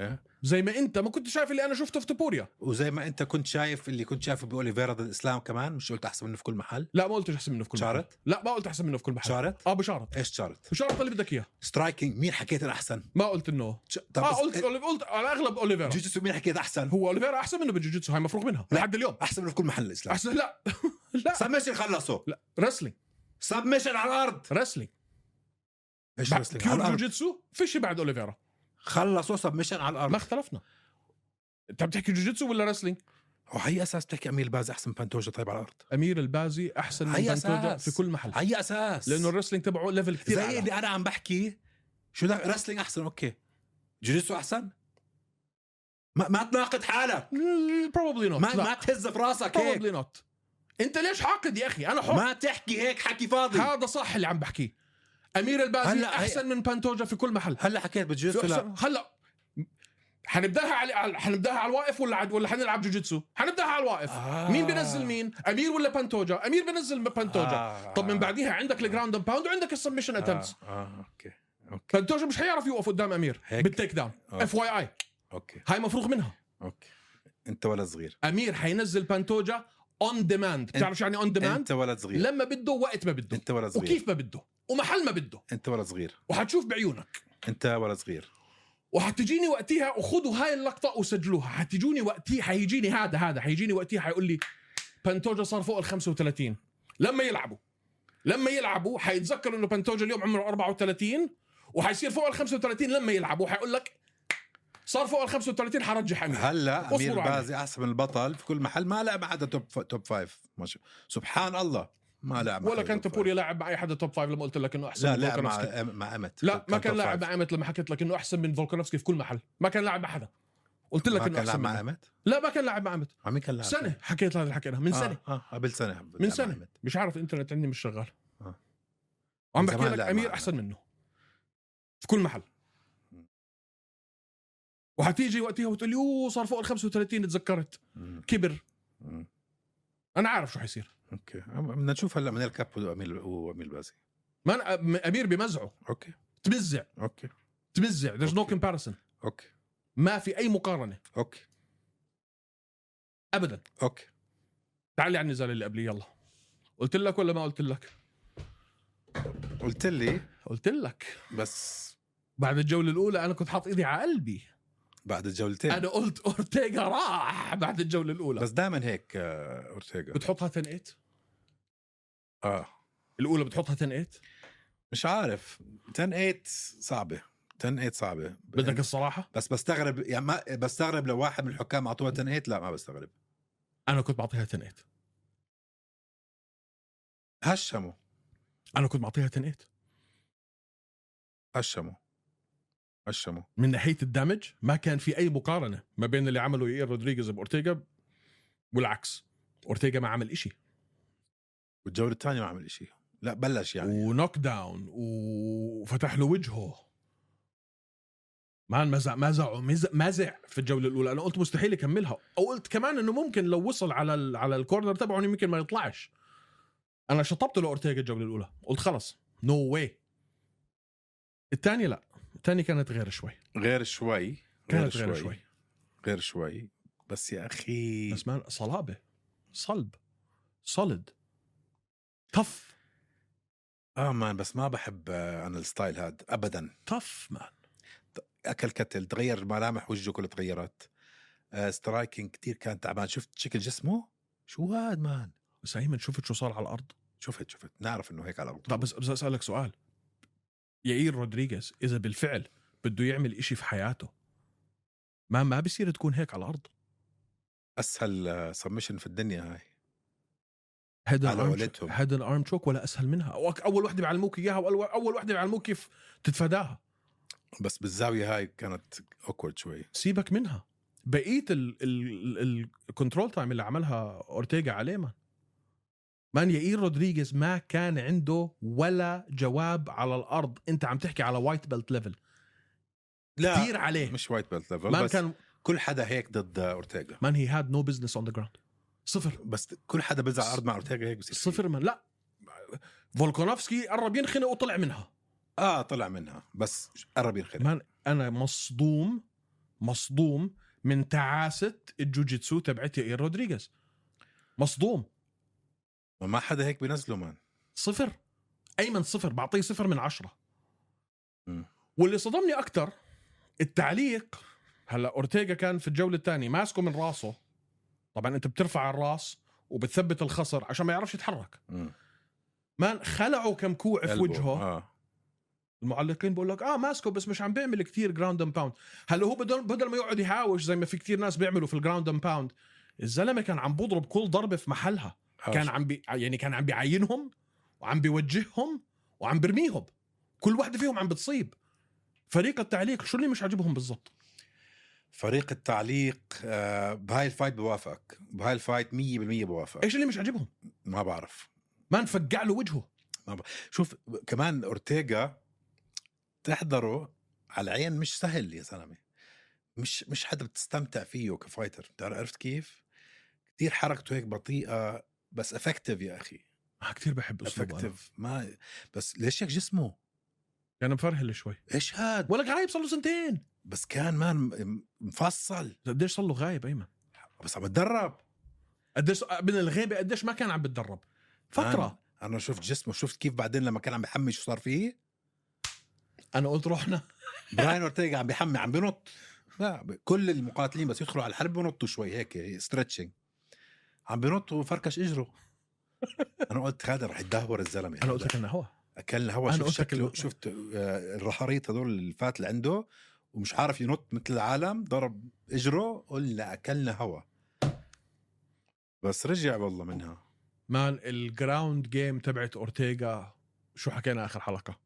Speaker 3: إيه؟
Speaker 2: زي ما انت ما كنت شايف اللي انا شفته في تبوريا
Speaker 3: وزي ما انت كنت شايف اللي كنت شايفه باوليفيرا ضد الاسلام كمان مش قلت احسن منه في كل محل
Speaker 2: لا ما قلتش احسن منه في كل محل
Speaker 3: شارت؟
Speaker 2: لا ما قلت احسن منه في كل محل
Speaker 3: شارت
Speaker 2: اه بشارط
Speaker 3: ايش شارت
Speaker 2: بشارط اللي بدك اياه
Speaker 3: سترايكينج مين حكيت الاحسن
Speaker 2: ما قلت انه
Speaker 3: ش- طب
Speaker 2: اه
Speaker 3: بس- إيه؟
Speaker 2: قلت قلت قلت على اغلب اوليفيرا
Speaker 3: جوجيتسو مين حكيت احسن
Speaker 2: هو اوليفيرا احسن منه بالجوجيتسو هاي مفروغ منها
Speaker 3: لا.
Speaker 2: لحد اليوم
Speaker 3: احسن منه في كل محل الاسلام
Speaker 2: احسن (laughs) لا لا
Speaker 3: سمش خلصوا
Speaker 2: لا رسلينج
Speaker 1: سبمشن على الارض
Speaker 2: رسلينج
Speaker 3: ايش
Speaker 2: بعد
Speaker 3: رسلينج على
Speaker 2: بيور
Speaker 3: الأرض.
Speaker 2: جوجيتسو فيش بعد اوليفيرا
Speaker 1: خلصوا سبمشن على
Speaker 2: ما
Speaker 1: الارض
Speaker 2: اختلفنا انت عم تحكي جوجيتسو ولا رسلينج
Speaker 3: وهي اساس تحكي امير باز احسن من بانتوجا طيب على الارض
Speaker 2: امير البازي احسن من
Speaker 1: هي
Speaker 2: بنتوجا
Speaker 1: أساس.
Speaker 2: في كل محل
Speaker 1: على اي اساس
Speaker 2: لانه الرسلينج تبعه ليفل كثير
Speaker 1: زي
Speaker 2: اعلى
Speaker 1: اللي انا عم بحكي شو ده رسلينج احسن اوكي جوجيتسو احسن ما, ما تناقض حالك
Speaker 2: بروبلي نوت
Speaker 1: ما, ما تهز في راسك هيك
Speaker 2: بروبلي نوت انت ليش حاقد يا اخي انا حر
Speaker 1: ما تحكي هيك حكي فاضي
Speaker 2: هذا صح اللي عم بحكيه امير البازي
Speaker 1: هلا هي-
Speaker 2: احسن من بانتوجا في كل محل
Speaker 1: هلا حكيت
Speaker 2: في
Speaker 1: بجوجيتسو لا
Speaker 2: أحسن- هلا حنبداها على على- حنبداها على الواقف ولا عد... ولا حنلعب جوجيتسو حنبداها على الواقف
Speaker 1: آه.
Speaker 2: مين بنزل مين امير ولا بانتوجا امير بنزل بانتوجا
Speaker 3: آه.
Speaker 2: طب من بعديها عندك الجراوند اند باوند وعندك السبمشن اتمبتس
Speaker 3: آه. اه اوكي اوكي
Speaker 2: بانتوجا مش حيعرف يوقف قدام امير
Speaker 3: هيك.
Speaker 2: بالتيك داون
Speaker 3: آه.
Speaker 2: اف واي اي
Speaker 3: اوكي
Speaker 2: هاي مفروغ منها
Speaker 3: اوكي انت ولد صغير
Speaker 2: امير حينزل بانتوجا اون ديماند بتعرف شو يعني اون ديماند
Speaker 3: انت ولد صغير
Speaker 2: لما بده وقت ما بده
Speaker 3: انت ولد صغير
Speaker 2: وكيف ما بده ومحل ما بده
Speaker 3: انت ولد صغير
Speaker 2: وحتشوف بعيونك
Speaker 3: انت ولد صغير
Speaker 2: وحتجيني وقتها وخذوا هاي اللقطه وسجلوها حتجوني وقتها حيجيني هذا هذا حيجيني وقتها حيقول لي بانتوجا صار فوق ال 35 لما يلعبوا لما يلعبوا حيتذكروا انه بانتوجا اليوم عمره 34 وحيصير فوق ال 35 لما يلعبوا حيقول لك صار فوق ال 35 حرجح امير
Speaker 3: هلا امير
Speaker 2: اصبروا عليه.
Speaker 3: بازي احسن من البطل في كل محل ما لعب عدا توب ف... توب فايف ما شو- سبحان الله ما لعب مع
Speaker 2: ولا
Speaker 3: حدا
Speaker 2: كان
Speaker 3: توب فايف.
Speaker 2: تبوري لاعب مع اي حدا توب فايف لما قلت لك انه احسن
Speaker 3: لا
Speaker 2: من
Speaker 3: لعب
Speaker 2: فولكانوفسكي.
Speaker 3: مع مع امت
Speaker 2: لا ما كان
Speaker 3: توب
Speaker 2: لاعب
Speaker 3: فايف.
Speaker 2: مع امت لما حكيت لك انه احسن من فولكانوفسكي في كل محل ما كان لاعب مع حدا قلت لك
Speaker 3: ما
Speaker 2: انه
Speaker 3: كان لاعب
Speaker 2: احسن مع
Speaker 3: مع امت
Speaker 2: لا ما كان لاعب مع امت
Speaker 3: مع مين كان لاعب
Speaker 2: سنه حكيت هذا الحكي انا من
Speaker 3: آه،
Speaker 2: سنه
Speaker 3: اه قبل سنه
Speaker 2: من سنة. مش عارف الانترنت عندي مش شغال
Speaker 3: آه.
Speaker 2: وعم
Speaker 3: من
Speaker 2: بحكي
Speaker 3: زمان
Speaker 2: لك
Speaker 3: لاعب
Speaker 2: امير
Speaker 3: مع
Speaker 2: احسن منه في كل محل وحتيجي وقتها وتقول لي اوه صار فوق ال 35 تذكرت
Speaker 3: مم.
Speaker 2: كبر
Speaker 3: مم.
Speaker 2: انا عارف شو حيصير
Speaker 3: اوكي عم- بدنا نشوف هلا من الكاب وامير وامير بازي
Speaker 2: ما أنا أم- امير بمزعه
Speaker 3: اوكي
Speaker 2: تمزع
Speaker 3: اوكي
Speaker 2: تمزع there's no
Speaker 3: أوكي.
Speaker 2: comparison
Speaker 3: اوكي
Speaker 2: ما في اي مقارنه
Speaker 3: اوكي
Speaker 2: ابدا
Speaker 3: اوكي
Speaker 2: تعال لي على النزال اللي قبليه يلا قلت لك ولا ما قلت لك
Speaker 3: قلت لي
Speaker 2: قلت لك
Speaker 3: بس
Speaker 2: بعد الجوله الاولى انا كنت حاط ايدي على قلبي
Speaker 3: بعد الجولتين
Speaker 2: انا قلت اورتيغا راح بعد الجوله الاولى
Speaker 3: بس دائما هيك آه، اورتيغا
Speaker 2: بتحطها 10 8
Speaker 3: اه
Speaker 2: الاولى بتحطها 10 8
Speaker 3: مش عارف 10 8 صعبه 10 8 صعبه
Speaker 2: بدك الصراحه
Speaker 3: يعني بس بستغرب يعني ما بستغرب لو واحد من الحكام اعطوها 10 8 لا ما بستغرب
Speaker 2: انا كنت بعطيها 10 8
Speaker 3: هشموا
Speaker 2: انا كنت بعطيها 10 8
Speaker 3: هشموا هشموا
Speaker 2: من ناحيه الدمج ما كان في اي مقارنه ما بين اللي عمله اير رودريغيز باورتيغا والعكس اورتيغا ما عمل إشي
Speaker 3: والجوله الثانيه ما عمل شيء لا بلش يعني
Speaker 2: ونوك داون وفتح له وجهه مان مزع مزع مزع مزع في الجوله الاولى انا قلت مستحيل يكملها او قلت كمان انه ممكن لو وصل على ال على الكورنر تبعه إنه يمكن ما يطلعش انا شطبته لاورتيغا الجوله الاولى قلت خلص نو no واي الثانيه لا الثانيه كانت غير شوي
Speaker 3: غير شوي
Speaker 2: كانت غير شوي إيه.
Speaker 3: غير شوي بس يا اخي
Speaker 2: بس مان صلابه صلب صلد تف
Speaker 3: اه مان بس ما بحب آه، انا الستايل هاد ابدا
Speaker 2: تف مان
Speaker 3: اكل كتل تغير ملامح وجهه كله تغيرت آه سترايكنج كتير كان تعبان شفت شكل جسمه شو هاد مان
Speaker 2: بس ايمن شفت شو صار على الارض
Speaker 3: شفت شفت نعرف انه هيك على الارض
Speaker 2: طب بس بس اسالك سؤال يائير رودريغيز اذا بالفعل بده يعمل إشي في حياته ما ما بصير تكون هيك على الارض
Speaker 3: اسهل سبمشن آه، في الدنيا هاي
Speaker 2: هيد
Speaker 3: على
Speaker 2: ارم
Speaker 3: قولتهم.
Speaker 2: هيد ارم تشوك ولا اسهل منها أو أك- اول وحده بيعلموك اياها واول اول وحده بيعلموك كيف تتفاداها
Speaker 3: بس بالزاويه هاي كانت اوكورد شوي
Speaker 2: سيبك منها بقيه الكنترول تايم اللي عملها اورتيغا عليه مان مان يائير رودريغيز ما كان عنده ولا جواب على الارض انت عم تحكي على وايت بيلت ليفل
Speaker 3: لا
Speaker 2: كثير عليه
Speaker 3: مش وايت بيلت ليفل
Speaker 2: مان
Speaker 3: بس
Speaker 2: كان
Speaker 3: كان... كل حدا هيك ضد اورتيغا
Speaker 2: مان هي هاد نو بزنس اون ذا جراوند صفر
Speaker 3: بس كل حدا بيزعل على الارض مع اورتيغا هيك بصير فيه.
Speaker 2: صفر مان لا فولكونوفسكي قرب ينخنق وطلع منها
Speaker 3: اه طلع منها بس قرب ينخرب
Speaker 2: مان انا مصدوم مصدوم من تعاسه الجوجيتسو تبعت يائير رودريغيز مصدوم
Speaker 3: ما حدا هيك بينزله مان
Speaker 2: صفر ايمن صفر بعطيه صفر من عشرة
Speaker 3: مم.
Speaker 2: واللي صدمني اكثر التعليق هلا اورتيغا كان في الجوله الثانيه ماسكه من راسه طبعا انت بترفع الراس وبتثبت الخصر عشان ما يعرفش يتحرك
Speaker 3: مم.
Speaker 2: مان خلعوا كم كوع في
Speaker 3: قلبه.
Speaker 2: وجهه
Speaker 3: آه.
Speaker 2: المعلقين بقول لك اه ماسكه بس مش عم بيعمل كتير جراوند اند باوند هلا هو بدل بدل ما يقعد يهاوش زي ما في كتير ناس بيعملوا في الجراوند اند باوند الزلمه كان عم بضرب كل ضربه في محلها
Speaker 3: آه.
Speaker 2: كان عم بي يعني كان عم بيعينهم وعم بيوجههم وعم برميهم كل واحدة فيهم عم بتصيب فريق التعليق شو اللي مش عاجبهم بالضبط
Speaker 3: فريق التعليق آه بهاي الفايت بوافقك بهاي الفايت 100% بوافقك
Speaker 2: ايش اللي مش عاجبهم
Speaker 3: ما بعرف
Speaker 2: ما نفقع له وجهه
Speaker 3: شوف كمان اورتيغا تحضره على العين مش سهل يا زلمه مش مش حدا بتستمتع فيه كفايتر بتعرف- عرفت كيف؟ كثير حركته هيك بطيئه بس افكتيف يا اخي
Speaker 2: آه كثير بحب اسلوبه أنا.
Speaker 3: افكتيف ما بس ليش هيك جسمه؟
Speaker 2: يعني مفرهل شوي
Speaker 3: ايش هاد؟
Speaker 2: ولا غايب صار له سنتين
Speaker 3: بس كان مان م- مفصل
Speaker 2: قديش صار له غايب ايمن
Speaker 3: بس عم بتدرب
Speaker 2: قديش من الغيبه قديش ما كان عم بتدرب فتره
Speaker 3: انا, أنا شفت جسمه شفت كيف بعدين لما كان عم بحمي شو صار فيه؟
Speaker 2: انا قلت روحنا
Speaker 3: براين اورتيغا عم بيحمي عم بينط لا ب- كل المقاتلين بس يدخلوا على الحرب بينطوا شوي هيك ستريتشنج عم بينط وفركش (laughs) اجره انا قلت هذا رح يدهور الزلمه
Speaker 2: انا قلت لك انه هو
Speaker 3: اكل هوا شفت
Speaker 2: أنا قلت لك
Speaker 3: شكله
Speaker 2: الوقت.
Speaker 3: شفت آه، الرحاريط هدول الفات اللي عنده ومش عارف ينط مثل العالم ضرب اجره قلنا اكلنا هوا بس رجع والله منها
Speaker 2: مان الجراوند جيم تبعت اورتيغا شو حكينا اخر حلقه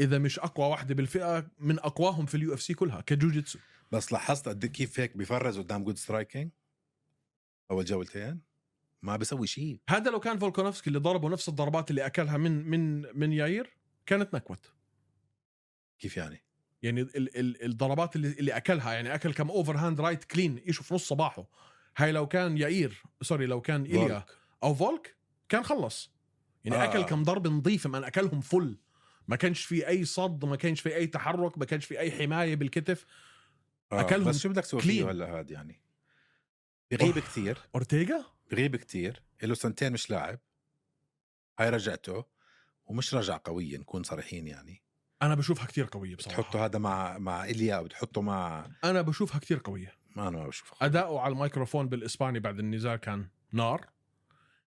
Speaker 2: اذا مش اقوى واحده بالفئه من اقواهم في اليو اف سي كلها كجوجيتسو
Speaker 3: بس لاحظت قد إيه كيف هيك بيفرز قدام جود سترايكينج اول جولتين ما بيسوي شيء
Speaker 2: هذا لو كان فولكانوفسكي اللي ضربه نفس الضربات اللي اكلها من من من ياير كانت نكوت
Speaker 3: كيف يعني
Speaker 2: يعني ال ال الضربات اللي, اللي اكلها يعني اكل كم اوفر هاند رايت كلين ايشو في نص صباحه هاي لو كان ياير سوري لو كان ايليا
Speaker 3: فولك.
Speaker 2: او فولك كان خلص يعني
Speaker 3: آه.
Speaker 2: آه. اكل كم ضربه نظيفه من اكلهم فل ما كانش في اي صد ما كانش في اي تحرك ما كانش في اي حمايه بالكتف
Speaker 3: آه،
Speaker 2: أكلهم
Speaker 3: بس شو بدك تسوي فيه
Speaker 2: clean.
Speaker 3: هلا هاد يعني بغيب كثير
Speaker 2: اورتيغا
Speaker 3: بغيب كثير له سنتين مش لاعب هاي رجعته ومش رجع قوية نكون صريحين يعني
Speaker 2: انا بشوفها كتير قويه بصراحه
Speaker 3: بتحطه هذا مع مع إليا بتحطه مع
Speaker 2: انا بشوفها كتير قويه
Speaker 3: ما أنا ما بشوفه
Speaker 2: اداؤه على الميكروفون بالاسباني بعد النزاع كان نار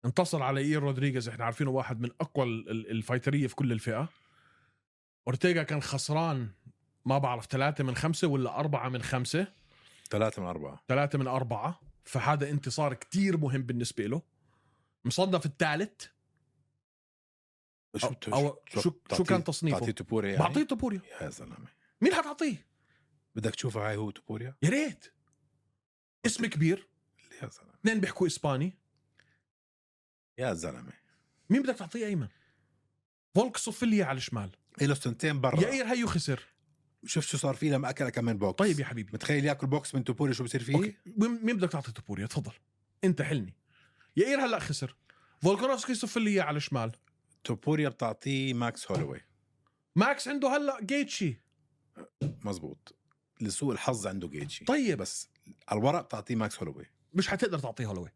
Speaker 2: انتصر على اير رودريغيز احنا عارفينه واحد من اقوى ال- ال- الفايتريه في كل الفئه اورتيغا كان خسران ما بعرف ثلاثة من خمسة ولا أربعة من خمسة
Speaker 3: ثلاثة من أربعة
Speaker 2: ثلاثة من أربعة فهذا انتصار كتير مهم بالنسبة له مصنف الثالث
Speaker 3: شو
Speaker 2: أو-
Speaker 3: بت-
Speaker 2: أو شو- شو
Speaker 3: بتعطيه-
Speaker 2: كان تصنيفه؟
Speaker 3: بتعطيه توبوريا يعني؟
Speaker 2: بعطيه توبوريا
Speaker 3: يا زلمة
Speaker 2: مين حتعطيه
Speaker 3: بدك تشوفه هاي هو توبوريا
Speaker 2: يا ريت اسم كبير
Speaker 3: يا زلمة
Speaker 2: اثنين بيحكوا إسباني
Speaker 3: يا زلمة
Speaker 2: مين بدك تعطيه أيمن فولك صفلية على الشمال
Speaker 3: له سنتين برا
Speaker 2: يائير هيو خسر
Speaker 3: شوف شو صار فيه لما أكل كمان بوكس
Speaker 2: طيب يا حبيبي
Speaker 3: متخيل ياكل بوكس من توبوريا شو بصير فيه؟
Speaker 2: اوكي مين مين بدك تعطي توبوريا تفضل انت حلني يائير هلا خسر فولكانوفسكي صف لي إياه على الشمال
Speaker 3: توبوريا بتعطيه ماكس هولوي
Speaker 2: ماكس عنده هلا جيتشي
Speaker 3: مزبوط لسوء الحظ عنده جيتشي
Speaker 2: طيب
Speaker 3: بس على الورق تعطيه ماكس هولوي
Speaker 2: مش حتقدر تعطيه هولوي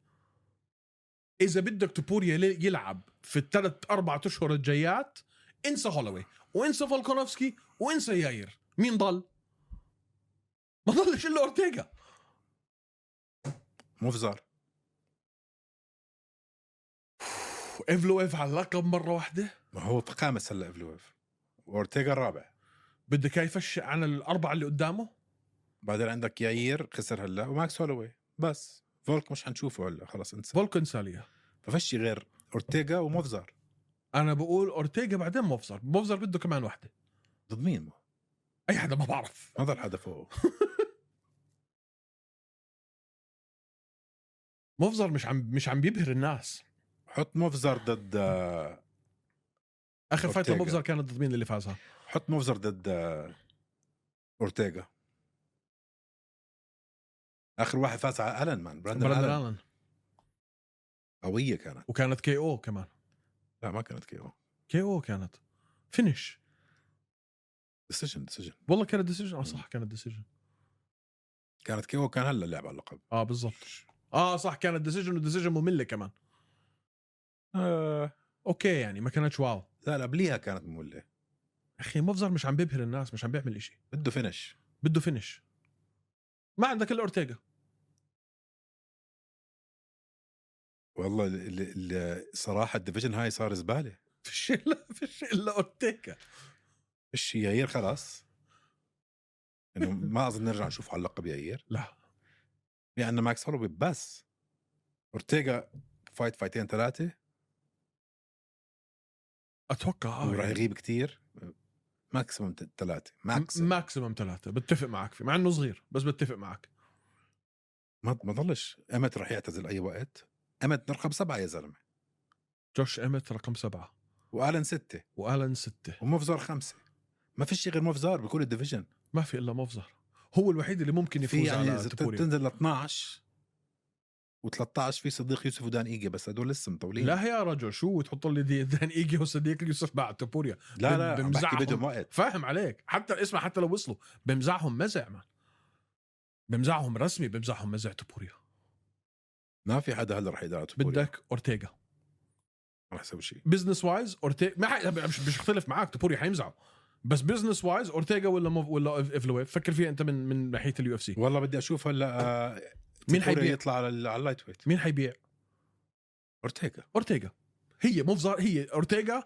Speaker 2: اذا بدك توبوريا ل- يلعب في الثلاث اربع اشهر الجايات انسى هولوي وانسى فولكانوفسكي وانسى ياير مين ضل؟ ما ضلش الا اورتيغا
Speaker 3: مفزر
Speaker 2: ايفلويف على اللقب مره واحده
Speaker 3: ما هو خامس هلا افلويف واورتيغا الرابع
Speaker 2: بدك اياه يفشق عن الاربعه اللي قدامه
Speaker 3: بعدين عندك ياير خسر هلا وماكس هولوي بس فولك مش حنشوفه هلا خلص انسى
Speaker 2: فولكن ساليه
Speaker 3: ما فيش شي غير اورتيغا ومفزر
Speaker 2: انا بقول اورتيغا بعدين مفزر مفزر بده كمان واحده
Speaker 3: ضد مين
Speaker 2: اي حدا ما بعرف
Speaker 3: ما ضل حدا فوقه
Speaker 2: مفزر مش عم مش عم بيبهر الناس
Speaker 3: حط مفزر ضد آه،
Speaker 2: اخر فايت
Speaker 3: أورتيغا.
Speaker 2: مفزر كانت ضد مين اللي فازها
Speaker 3: حط مفزر ضد آه، اورتيغا اخر واحد فاز على الن مان براندن
Speaker 2: براندن
Speaker 3: الن
Speaker 2: آلان.
Speaker 3: قويه كانت
Speaker 2: وكانت كي او كمان
Speaker 3: لا ما كانت كيو
Speaker 2: كي او كانت فينش
Speaker 3: ديسيجن ديسيجن
Speaker 2: والله كانت ديسيجن اه صح كانت ديسيجن
Speaker 3: كانت كيو كان هلا اللعب على اللقب
Speaker 2: اه بالضبط اه صح كانت ديسيجن وديسيجن ممله كمان
Speaker 3: آه.
Speaker 2: اوكي يعني ما كانتش واو
Speaker 3: لا لا قبليها كانت مولة
Speaker 2: اخي مفزر مش عم بيبهر الناس مش عم بيعمل إشي
Speaker 3: بده فينش
Speaker 2: بده فينش ما عندك الا اورتيغا
Speaker 3: والله ال- ال- ال- صراحه الديفيجن هاي صار زباله
Speaker 2: (laughs) فيش الا فيش الا اورتيكا
Speaker 3: ايش ياير خلاص
Speaker 2: (laughs)
Speaker 3: انه ما اظن نرجع نشوف على اللقب ياير
Speaker 2: لا
Speaker 3: لان ماكس هولوي بس اورتيغا فايت فايتين ثلاثه
Speaker 2: اتوقع اه
Speaker 3: وراح
Speaker 2: يعني.
Speaker 3: يغيب كثير ماكسيموم ثلاثه ماكس
Speaker 2: م- ماكسيمم ثلاثة بتفق معك فيه مع انه صغير بس بتفق معك
Speaker 3: ما ما ضلش امت راح يعتزل اي وقت امت رقم سبعه يا زلمه
Speaker 2: جوش امت رقم سبعة
Speaker 3: والن سته
Speaker 2: والن ستة
Speaker 3: وموفزار خمسه ما فيش غير موفزار بكل الديفيجن
Speaker 2: ما في الا مفزر هو الوحيد اللي ممكن
Speaker 3: في
Speaker 2: يفوز
Speaker 3: يعني
Speaker 2: على
Speaker 3: اذا ت-
Speaker 2: تبوريا
Speaker 3: تنزل ل 12 و13 في صديق يوسف ودان ايجي بس هدول لسه مطولين
Speaker 2: لا يا رجل شو تحط لي دي (laughs) دان ايجي وصديق يوسف بعد تبوريا
Speaker 3: لا لا
Speaker 2: بم-
Speaker 3: عم بحكي
Speaker 2: بمزعهم.
Speaker 3: بدهم وقت
Speaker 2: فاهم عليك حتى اسمع حتى لو وصلوا بمزعهم مزع مان بمزعهم رسمي بمزعهم مزع تبوريا
Speaker 3: ما في حدا هلا رح يدعي بدك
Speaker 2: بدك اورتيغا
Speaker 3: رح يسوي شيء
Speaker 2: بزنس وايز اورتيغا ما حي- مش مش اختلف معك تبوريا حيمزعوا بس بزنس وايز اورتيغا ولا موف ولا إف- افلويف فكر فيها انت من من ناحيه اليو اف سي
Speaker 3: والله بدي اشوف هلا آه،
Speaker 2: مين
Speaker 3: تيبوريا
Speaker 2: حيبيع؟
Speaker 3: يطلع على ال- على اللايت ويت
Speaker 2: مين حيبيع
Speaker 3: اورتيغا
Speaker 2: اورتيغا هي مو ظاهر هي اورتيغا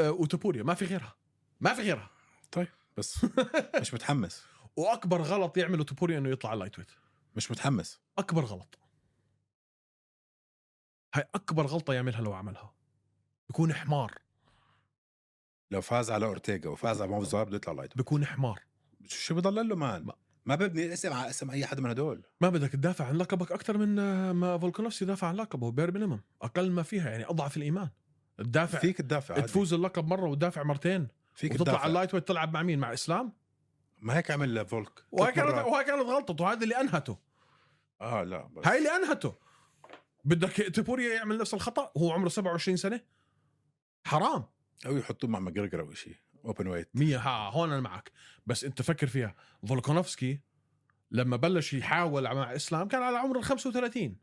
Speaker 2: آه، وتبوريا ما في غيرها ما في غيرها (laughs)
Speaker 3: بس مش متحمس
Speaker 2: واكبر غلط يعمله تبوريا انه يطلع على اللايت ويت
Speaker 3: مش متحمس
Speaker 2: اكبر غلط هاي اكبر غلطه يعملها لو عملها بكون حمار
Speaker 3: لو فاز على اورتيغا وفاز على موفزار بده يطلع لايت
Speaker 2: بكون حمار
Speaker 3: ويت. شو بضل له مان
Speaker 2: ما-
Speaker 3: ما ببني اسم على اسم اي حدا من هدول
Speaker 2: ما بدك تدافع عن لقبك اكثر من آه، ما فولكانوفسكي دافع عن لقبه بير مينيمم اقل ما فيها يعني اضعف الايمان تدافع
Speaker 3: فيك تدافع عادي.
Speaker 2: تفوز اللقب مره وتدافع مرتين
Speaker 3: فيك
Speaker 2: وتطلع على
Speaker 3: تدافع
Speaker 2: اللايت ويت تلعب مع مين مع اسلام
Speaker 3: ما هيك عمل فولك
Speaker 2: وهي
Speaker 3: ثلاث
Speaker 2: كانت
Speaker 3: مرات.
Speaker 2: وهي كانت غلطته وهذا اللي انهته
Speaker 3: اه لا بس
Speaker 2: هاي اللي انهته بدك تبوريا يعمل نفس الخطا وهو عمره 27 سنه حرام
Speaker 3: او يحطوه مع ماجريجر او شيء اوبن ويت
Speaker 2: مية ها هون انا معك بس انت فكر فيها فولكانوفسكي لما بلش يحاول مع اسلام كان على عمر ال 35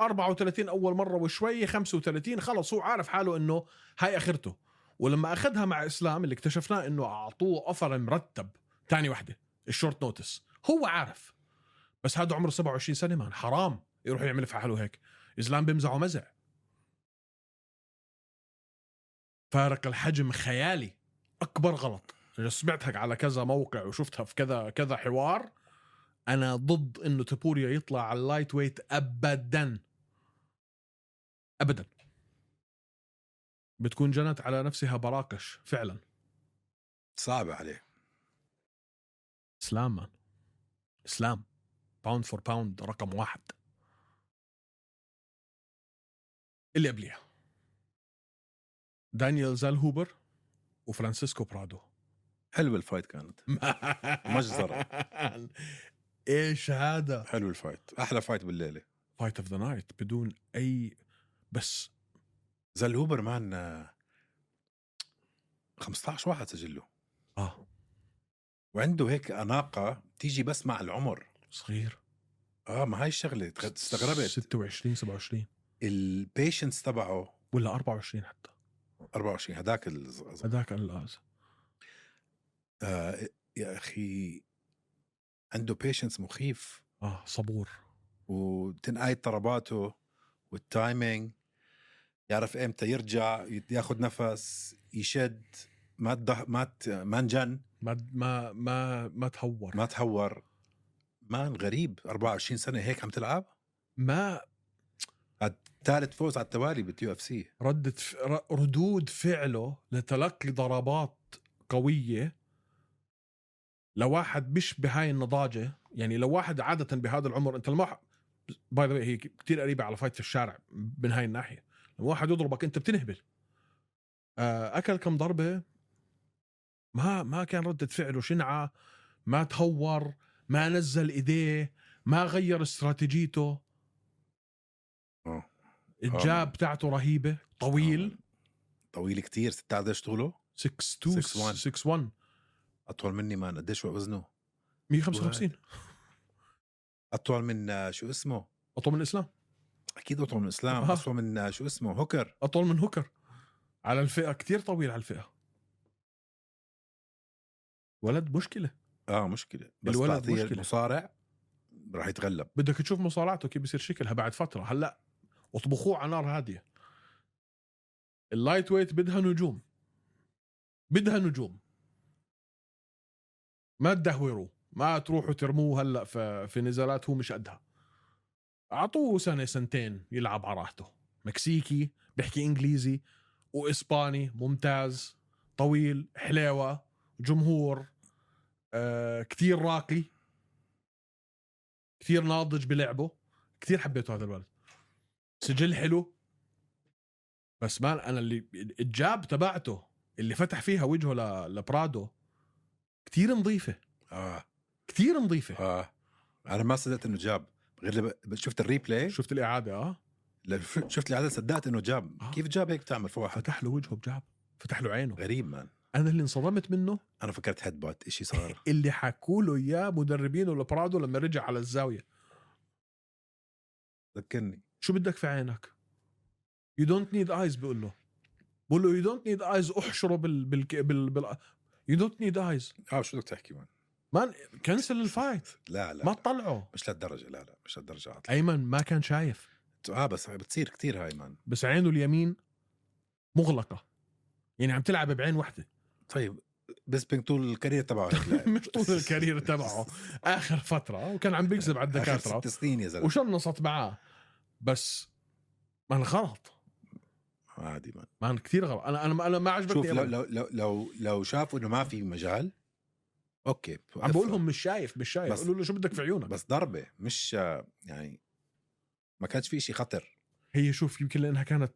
Speaker 2: 34 اول مره وشوي 35 خلص هو عارف حاله انه هاي اخرته ولما اخذها مع اسلام اللي اكتشفناه انه اعطوه اوفر مرتب تاني وحده الشورت نوتس هو عارف بس هذا عمره 27 سنه مان حرام يروح يعمل في حاله هيك اسلام بيمزعه مزع فارق الحجم خيالي اكبر غلط أنا سمعتها على كذا موقع وشفتها في كذا كذا حوار انا ضد انه تابوريا يطلع على اللايت ويت ابدا ابدا بتكون جنت على نفسها براقش فعلا
Speaker 3: صعبه عليه
Speaker 2: اسلام مان اسلام باوند فور باوند رقم واحد اللي قبليها دانيال زال هوبر وفرانسيسكو برادو
Speaker 3: حلوه الفايت كانت (laughs) مجزرة.
Speaker 2: ايش هذا
Speaker 3: حلو الفايت احلى فايت بالليله
Speaker 2: فايت اوف ذا نايت بدون اي بس
Speaker 3: زل هوبر مان آه، 15 واحد سجله
Speaker 2: اه
Speaker 3: وعنده هيك اناقه تيجي بس مع العمر
Speaker 2: صغير
Speaker 3: اه ما هاي الشغله تغ- استغربت
Speaker 2: 26 27
Speaker 3: البيشنس تبعه
Speaker 2: ولا 24 حتى
Speaker 3: 24 هذاك الز- الز-
Speaker 2: هذاك ال-
Speaker 3: آه يا اخي عنده بيشنس مخيف
Speaker 2: اه صبور
Speaker 3: وتنقاي ضرباته والتايمينج يعرف امتى يرجع ياخذ نفس يشد ما تضه... ما ت... ما انجن
Speaker 2: ما ما ما ما تهور ما,
Speaker 3: ما تهور مان غريب 24 سنه هيك عم تلعب
Speaker 2: ما
Speaker 3: ثالث فوز على التوالي باليو اف سي
Speaker 2: ردة ف... ر- ردود فعله لتلقي ضربات قوية لواحد بيشبه هاي النضاجة يعني لو واحد عادة بهذا العمر انت لما باي ذا هي كتير قريبة على فايت الشارع من هاي الناحية لما واحد يضربك انت بتنهبل آه، اكل كم ضربة ما ما كان ردة فعله شنعة ما تهور ما نزل ايديه ما غير استراتيجيته
Speaker 3: آه.
Speaker 2: الجاب تاعته رهيبه طويل
Speaker 3: طويل كتير ست قديش طوله
Speaker 2: 6
Speaker 3: 6'1.
Speaker 2: 6
Speaker 3: اطول مني مان قديش وزنه
Speaker 2: 155
Speaker 3: اطول من آه، شو اسمه
Speaker 2: اطول من الاسلام
Speaker 3: اكيد اطول من اسلام
Speaker 2: آه.
Speaker 3: اطول من آه، شو اسمه هوكر
Speaker 2: اطول من هوكر على الفئه كتير طويل على الفئه ولد مشكله
Speaker 3: اه مشكله بس
Speaker 2: الولد
Speaker 3: الولد
Speaker 2: مشكلة.
Speaker 3: مصارع راح يتغلب
Speaker 2: بدك تشوف مصارعته كيف بصير شكلها بعد فتره هلا واطبخوه على نار هاديه اللايت ويت بدها نجوم بدها نجوم ما تدهوروه ما تروحوا ترموه هلا في, في نزالات هو مش قدها اعطوه سنه سنتين يلعب على راحته مكسيكي بيحكي انجليزي واسباني ممتاز طويل حلاوه جمهور آه كثير راقي كثير ناضج بلعبه كثير حبيته هذا الولد سجل حلو بس مان انا اللي الجاب تبعته اللي فتح فيها وجهه ل... لبرادو كثير نظيفه
Speaker 3: اه
Speaker 2: كثير نظيفه
Speaker 3: اه انا ما صدقت انه جاب غير لما شفت الريبلاي
Speaker 2: شفت الاعاده اه
Speaker 3: لا، شفت العدد صدقت انه جاب
Speaker 2: آه.
Speaker 3: كيف جاب هيك تعمل في واحد
Speaker 2: فتح له وجهه بجاب فتح له عينه
Speaker 3: غريب مان
Speaker 2: انا اللي انصدمت منه
Speaker 3: انا فكرت هيد بوت شيء
Speaker 2: (laughs)
Speaker 3: صار
Speaker 2: اللي حكوا له اياه مدربينه لبرادو لما رجع على الزاويه
Speaker 3: ذكرني
Speaker 2: شو بدك في عينك؟ يو دونت نيد ايز بقول له بقول له يو دونت نيد ايز احشره بال بال بال, بال... يو دونت نيد ايز
Speaker 3: اه شو بدك تحكي مان
Speaker 2: مان كنسل الفايت
Speaker 3: لا لا
Speaker 2: ما
Speaker 3: لا.
Speaker 2: تطلعه
Speaker 3: مش لهالدرجه لا لا مش لهالدرجه عاطل
Speaker 2: ايمن ما كان شايف
Speaker 3: اه بس بتصير كثير هاي مان
Speaker 2: بس عينه اليمين مغلقه يعني عم تلعب بعين واحده
Speaker 3: طيب بيسبينج طول الكارير تبعه هيك لاعب.
Speaker 2: (laughs) مش طول الكارير
Speaker 3: (laughs)
Speaker 2: تبعه اخر فتره وكان عم بيكذب على
Speaker 3: آخر
Speaker 2: الدكاتره
Speaker 3: ست سنين يا زلمه
Speaker 2: وشنصت معاه بس مان غلط
Speaker 3: عادي مان
Speaker 2: مان كثير غلط انا انا انا ما
Speaker 3: شوف
Speaker 2: عجبتني
Speaker 3: لو
Speaker 2: أبداً.
Speaker 3: لو لو لو, لو شافوا انه ما في مجال اوكي
Speaker 2: عم بقول لهم مش شايف مش شايف
Speaker 3: بس-
Speaker 2: قولوا له شو بدك في عيونك
Speaker 3: بس ضربه مش آه، يعني ما كانش في شيء خطر
Speaker 2: هي شوف يمكن لانها كانت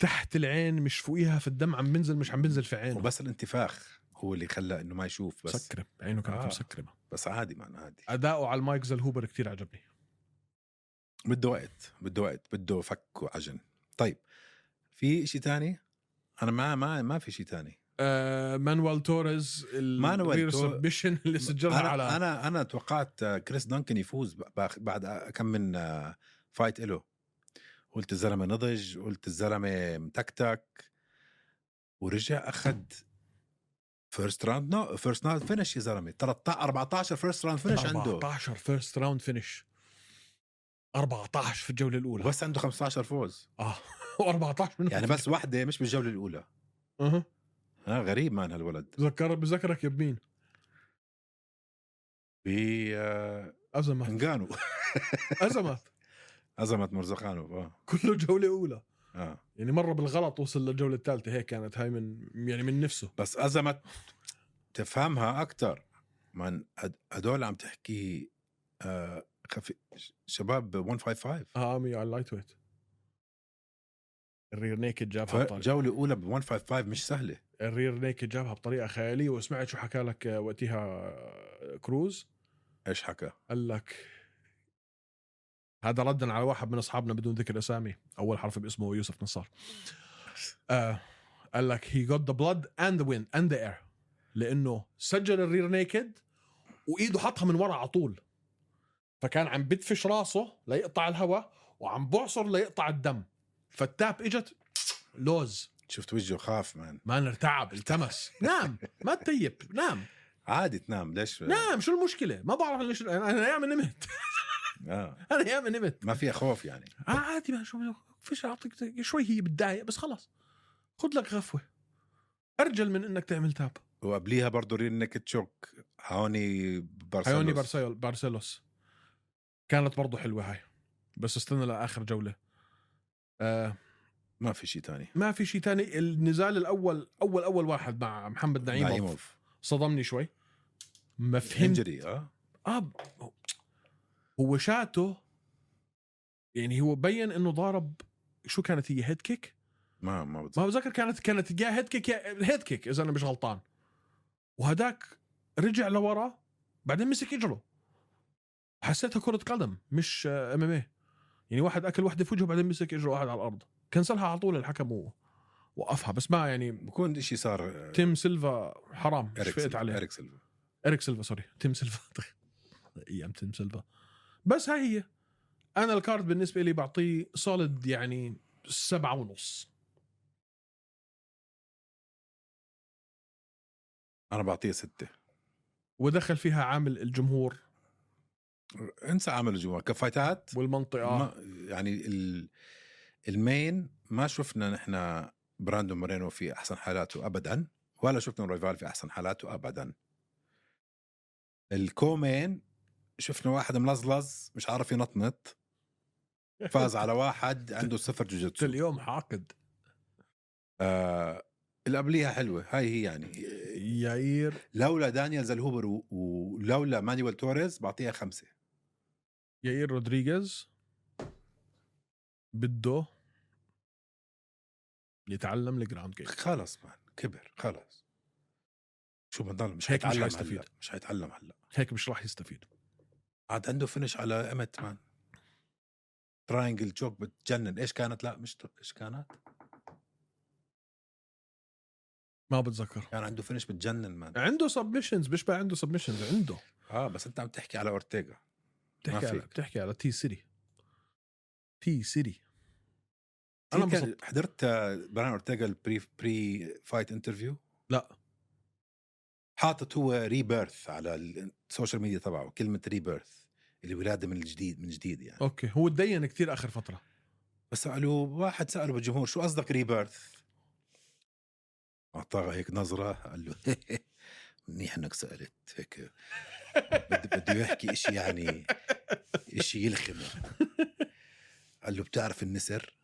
Speaker 2: تحت العين مش فوقيها في الدم عم بنزل مش عم بنزل في عينه
Speaker 3: وبس الانتفاخ هو اللي خلى انه ما يشوف بس
Speaker 2: مسكرة عينه كانت
Speaker 3: آه.
Speaker 2: آه. مسكرة
Speaker 3: بس عادي مان عادي
Speaker 2: أداؤه على المايك زلهوبر كتير عجبني
Speaker 3: بده وقت بده وقت بده فك وعجن طيب في شيء تاني انا ما ما ما في شيء تاني
Speaker 2: آه مانويل توريز
Speaker 3: مانويل
Speaker 2: الرير
Speaker 3: تو-
Speaker 2: سبشن (laughs) اللي سجلها
Speaker 3: انا
Speaker 2: على
Speaker 3: انا انا توقعت آه، كريس دانكن يفوز ب- بأخ- بعد آه، كم من آه، فايت له قلت الزلمه نضج قلت الزلمه متكتك ورجع اخذ فيرست راوند نو فيرست راوند فينش يا زلمه 13 14 فيرست راوند فينش عنده
Speaker 2: 14 فيرست راوند فينش 14 في الجولة الأولى
Speaker 3: وبس عنده 15 فوز
Speaker 2: (laughs) اه 14 منهم
Speaker 3: يعني بس واحده مش بالجوله الاولى
Speaker 2: أه.
Speaker 3: ها غريب مان هالولد
Speaker 2: بذكر بذكرك يا بمين
Speaker 3: ب آه، (laughs)
Speaker 2: أزمة
Speaker 3: انغانو
Speaker 2: أزمة
Speaker 3: عظمه مرزقانوف اه
Speaker 2: كله جولة أولى
Speaker 3: اه
Speaker 2: يعني مرة بالغلط وصل للجولة الثالثة هيك كانت هاي من يعني من نفسه
Speaker 3: بس أزمة تفهمها أكتر من هد- هدول عم تحكي آه خفي ش- شباب 155
Speaker 2: اه امي على اللايت ويت الرير نيكد جابها
Speaker 3: ف-
Speaker 2: بطريقه
Speaker 3: جولة أولى ب 155 مش سهلة
Speaker 2: الرير نيكد جابها بطريقه خياليه وسمعت شو حكى لك آه، وقتها آه، كروز
Speaker 3: إيش حكى؟
Speaker 2: قال لك هذا ردا على واحد من اصحابنا بدون ذكر اسامي اول حرف باسمه هو يوسف نصار آه قال لك هي got the blood and the wind and the air لانه سجل الرير نيكد وايده حطها من ورا على طول فكان عم بدفش راسه ليقطع الهواء وعم بعصر ليقطع الدم فالتاب اجت لوز
Speaker 3: شفت وجهه خاف مان
Speaker 2: ما ارتعب التمس نام ما تطيب نام
Speaker 3: عادي تنام ليش؟
Speaker 2: نام شو المشكله ما بعرف ليش انا ياما (laughs) نمت
Speaker 3: آه.
Speaker 2: انا ياما نمت
Speaker 3: ما فيها خوف يعني
Speaker 2: آه عادي ما شو فيش اعطيك شوي هي بتضايق بس خلص خذ لك غفوه ارجل من انك تعمل تاب
Speaker 3: وقبليها برضه رين نيكت تشوك هوني برسلوس
Speaker 2: هيوني بارسيل بارسيلوس كانت برضو حلوه هاي بس استنى لاخر جوله آه
Speaker 3: ما في شيء تاني
Speaker 2: ما في شيء تاني النزال الاول اول اول واحد مع محمد نعيموف
Speaker 3: نعيموف
Speaker 2: صدمني شوي ما فهمت
Speaker 3: هنجري اه
Speaker 2: اه هو شاته يعني هو بين انه ضارب شو كانت هي هيد كيك
Speaker 3: ما ما بتز...
Speaker 2: ما بتذكر كانت كانت يا هيد كيك يا هيد كيك اذا انا مش غلطان وهداك رجع لورا بعدين مسك اجره حسيتها كرة قدم مش ام ام يعني واحد اكل واحدة في وجهه بعدين مسك اجره واحد على الارض كنسلها على طول الحكم ووقفها بس ما يعني
Speaker 3: بكون شيء صار آه،
Speaker 2: تيم سيلفا حرام
Speaker 3: إريك
Speaker 2: شفقت
Speaker 3: سيلفا-
Speaker 2: عليه
Speaker 3: إريك سيلفا
Speaker 2: اريك سيلفا سوري تيم سيلفا (laughs) ايام تيم سيلفا بس هاي هي انا الكارد بالنسبه لي بعطيه سوليد يعني سبعة ونص
Speaker 3: أنا بعطيه ستة
Speaker 2: ودخل فيها عامل الجمهور
Speaker 3: انسى عمله جوا كفايتات
Speaker 2: والمنطقه
Speaker 3: ما يعني ال... المين ما شفنا نحن براندو مورينو في احسن حالاته ابدا ولا شفنا رايفال في احسن حالاته ابدا الكومين شفنا واحد ملزلز مش عارف ينطنط فاز على واحد عنده صفر
Speaker 2: (laughs) قلت
Speaker 3: جوجيتسو
Speaker 2: اليوم حاقد
Speaker 3: آه اللي قبليها حلوه هاي هي يعني
Speaker 2: ياير
Speaker 3: لولا دانيال زلهوبر و- ولولا مانويل توريز بعطيها خمسه
Speaker 2: ياير رودريغيز بده يتعلم الجراوند جيم
Speaker 3: خلص مان كبر خلص شو بنضل مش
Speaker 2: هيك مش
Speaker 3: حيتعلم
Speaker 2: حيستفيد.
Speaker 3: هلا مش حيتعلم هلا
Speaker 2: هيك مش راح يستفيد
Speaker 3: عاد عنده فينش على امت مان تراينجل جوك بتجنن ايش كانت لا مش تر- ايش كانت
Speaker 2: ما بتذكر
Speaker 3: كان عنده فينش بتجنن مان
Speaker 2: عنده سبمشنز بيشبه عنده سبمشنز عنده
Speaker 3: اه بس انت عم تحكي على اورتيغا
Speaker 2: بتحكي على
Speaker 3: فيك.
Speaker 2: بتحكي على تي سيري تي سيري
Speaker 3: انا
Speaker 2: انا انبسطت
Speaker 3: حضرت آه، براين اورتيغا البري بري فايت انترفيو
Speaker 2: لا
Speaker 3: حاطط هو ريبيرث على السوشيال ميديا تبعه كلمه ريبيرث الولاده من الجديد من جديد يعني
Speaker 2: اوكي هو تدين كثير اخر فتره
Speaker 3: بس سالوه واحد ساله بالجمهور شو قصدك ريبيرث؟ اعطاه هيك نظره قال له (laughs) منيح انك سالت هيك بده بده يحكي شيء يعني شيء يلخمه قال له بتعرف النسر؟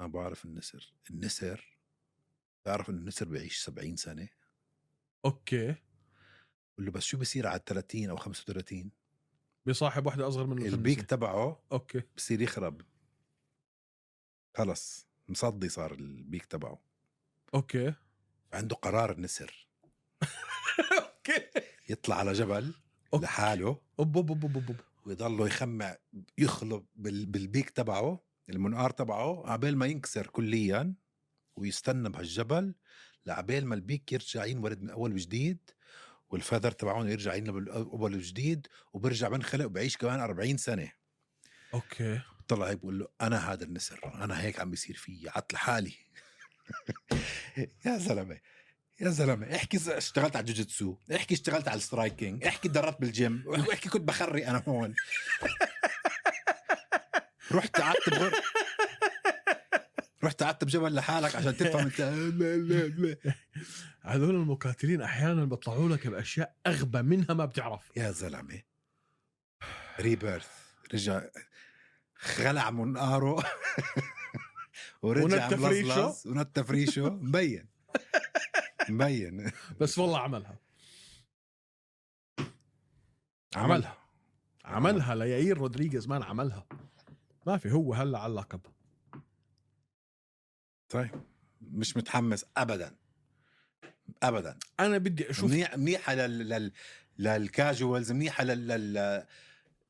Speaker 3: ما بعرف النسر النسر بتعرف انه النسر بيعيش 70 سنه؟
Speaker 2: اوكي
Speaker 3: قال له بس شو بصير على 30 او 35
Speaker 2: بصاحب واحده اصغر منه
Speaker 3: البيك
Speaker 2: بخمسة.
Speaker 3: تبعه
Speaker 2: اوكي
Speaker 3: بصير يخرب خلص مصدي صار البيك تبعه (laughs)
Speaker 2: اوكي
Speaker 3: عنده قرار النسر
Speaker 2: اوكي
Speaker 3: يطلع على جبل
Speaker 2: أوكي.
Speaker 3: لحاله
Speaker 2: أوب أوب أوب أوب أوب.
Speaker 3: ويضله يخمع يخلب بال- بالبيك تبعه المنقار تبعه عبال ما ينكسر كليا ويستنى بهالجبل لعبال ما البيك يرجع ينولد من اول وجديد والفذر تبعون يرجع ينولد من اول وجديد وبرجع بنخلق وبعيش كمان 40 سنه
Speaker 2: اوكي
Speaker 3: طلع هيك بقول له انا هذا النسر انا هيك عم بيصير فيي عط لحالي (laughs) يا زلمه يا زلمه احكي ز- اشتغلت على الجوجيتسو احكي اشتغلت على السترايكينج احكي تدربت بالجيم احكي كنت بخري انا هون (laughs) رحت قعدت بغر رحت قعدت بجبل لحالك عشان تفهم انت
Speaker 2: (laughs) هذول المقاتلين احيانا بيطلعوا لك باشياء اغبى منها ما بتعرف
Speaker 3: يا زلمه ريبيرث رجع خلع منقاره (laughs) ورجع
Speaker 2: ونت فريشه.
Speaker 3: ملزلز ونت فريشه مبين مبين
Speaker 2: بس والله عملها
Speaker 3: عملها
Speaker 2: عملها لياير رودريغيز مان عملها ما في هو هلا على اللقب
Speaker 3: طيب مش متحمس ابدا ابدا
Speaker 2: انا بدي اشوف
Speaker 3: منيح منيحه لل لل للكاجوالز منيحه لل لل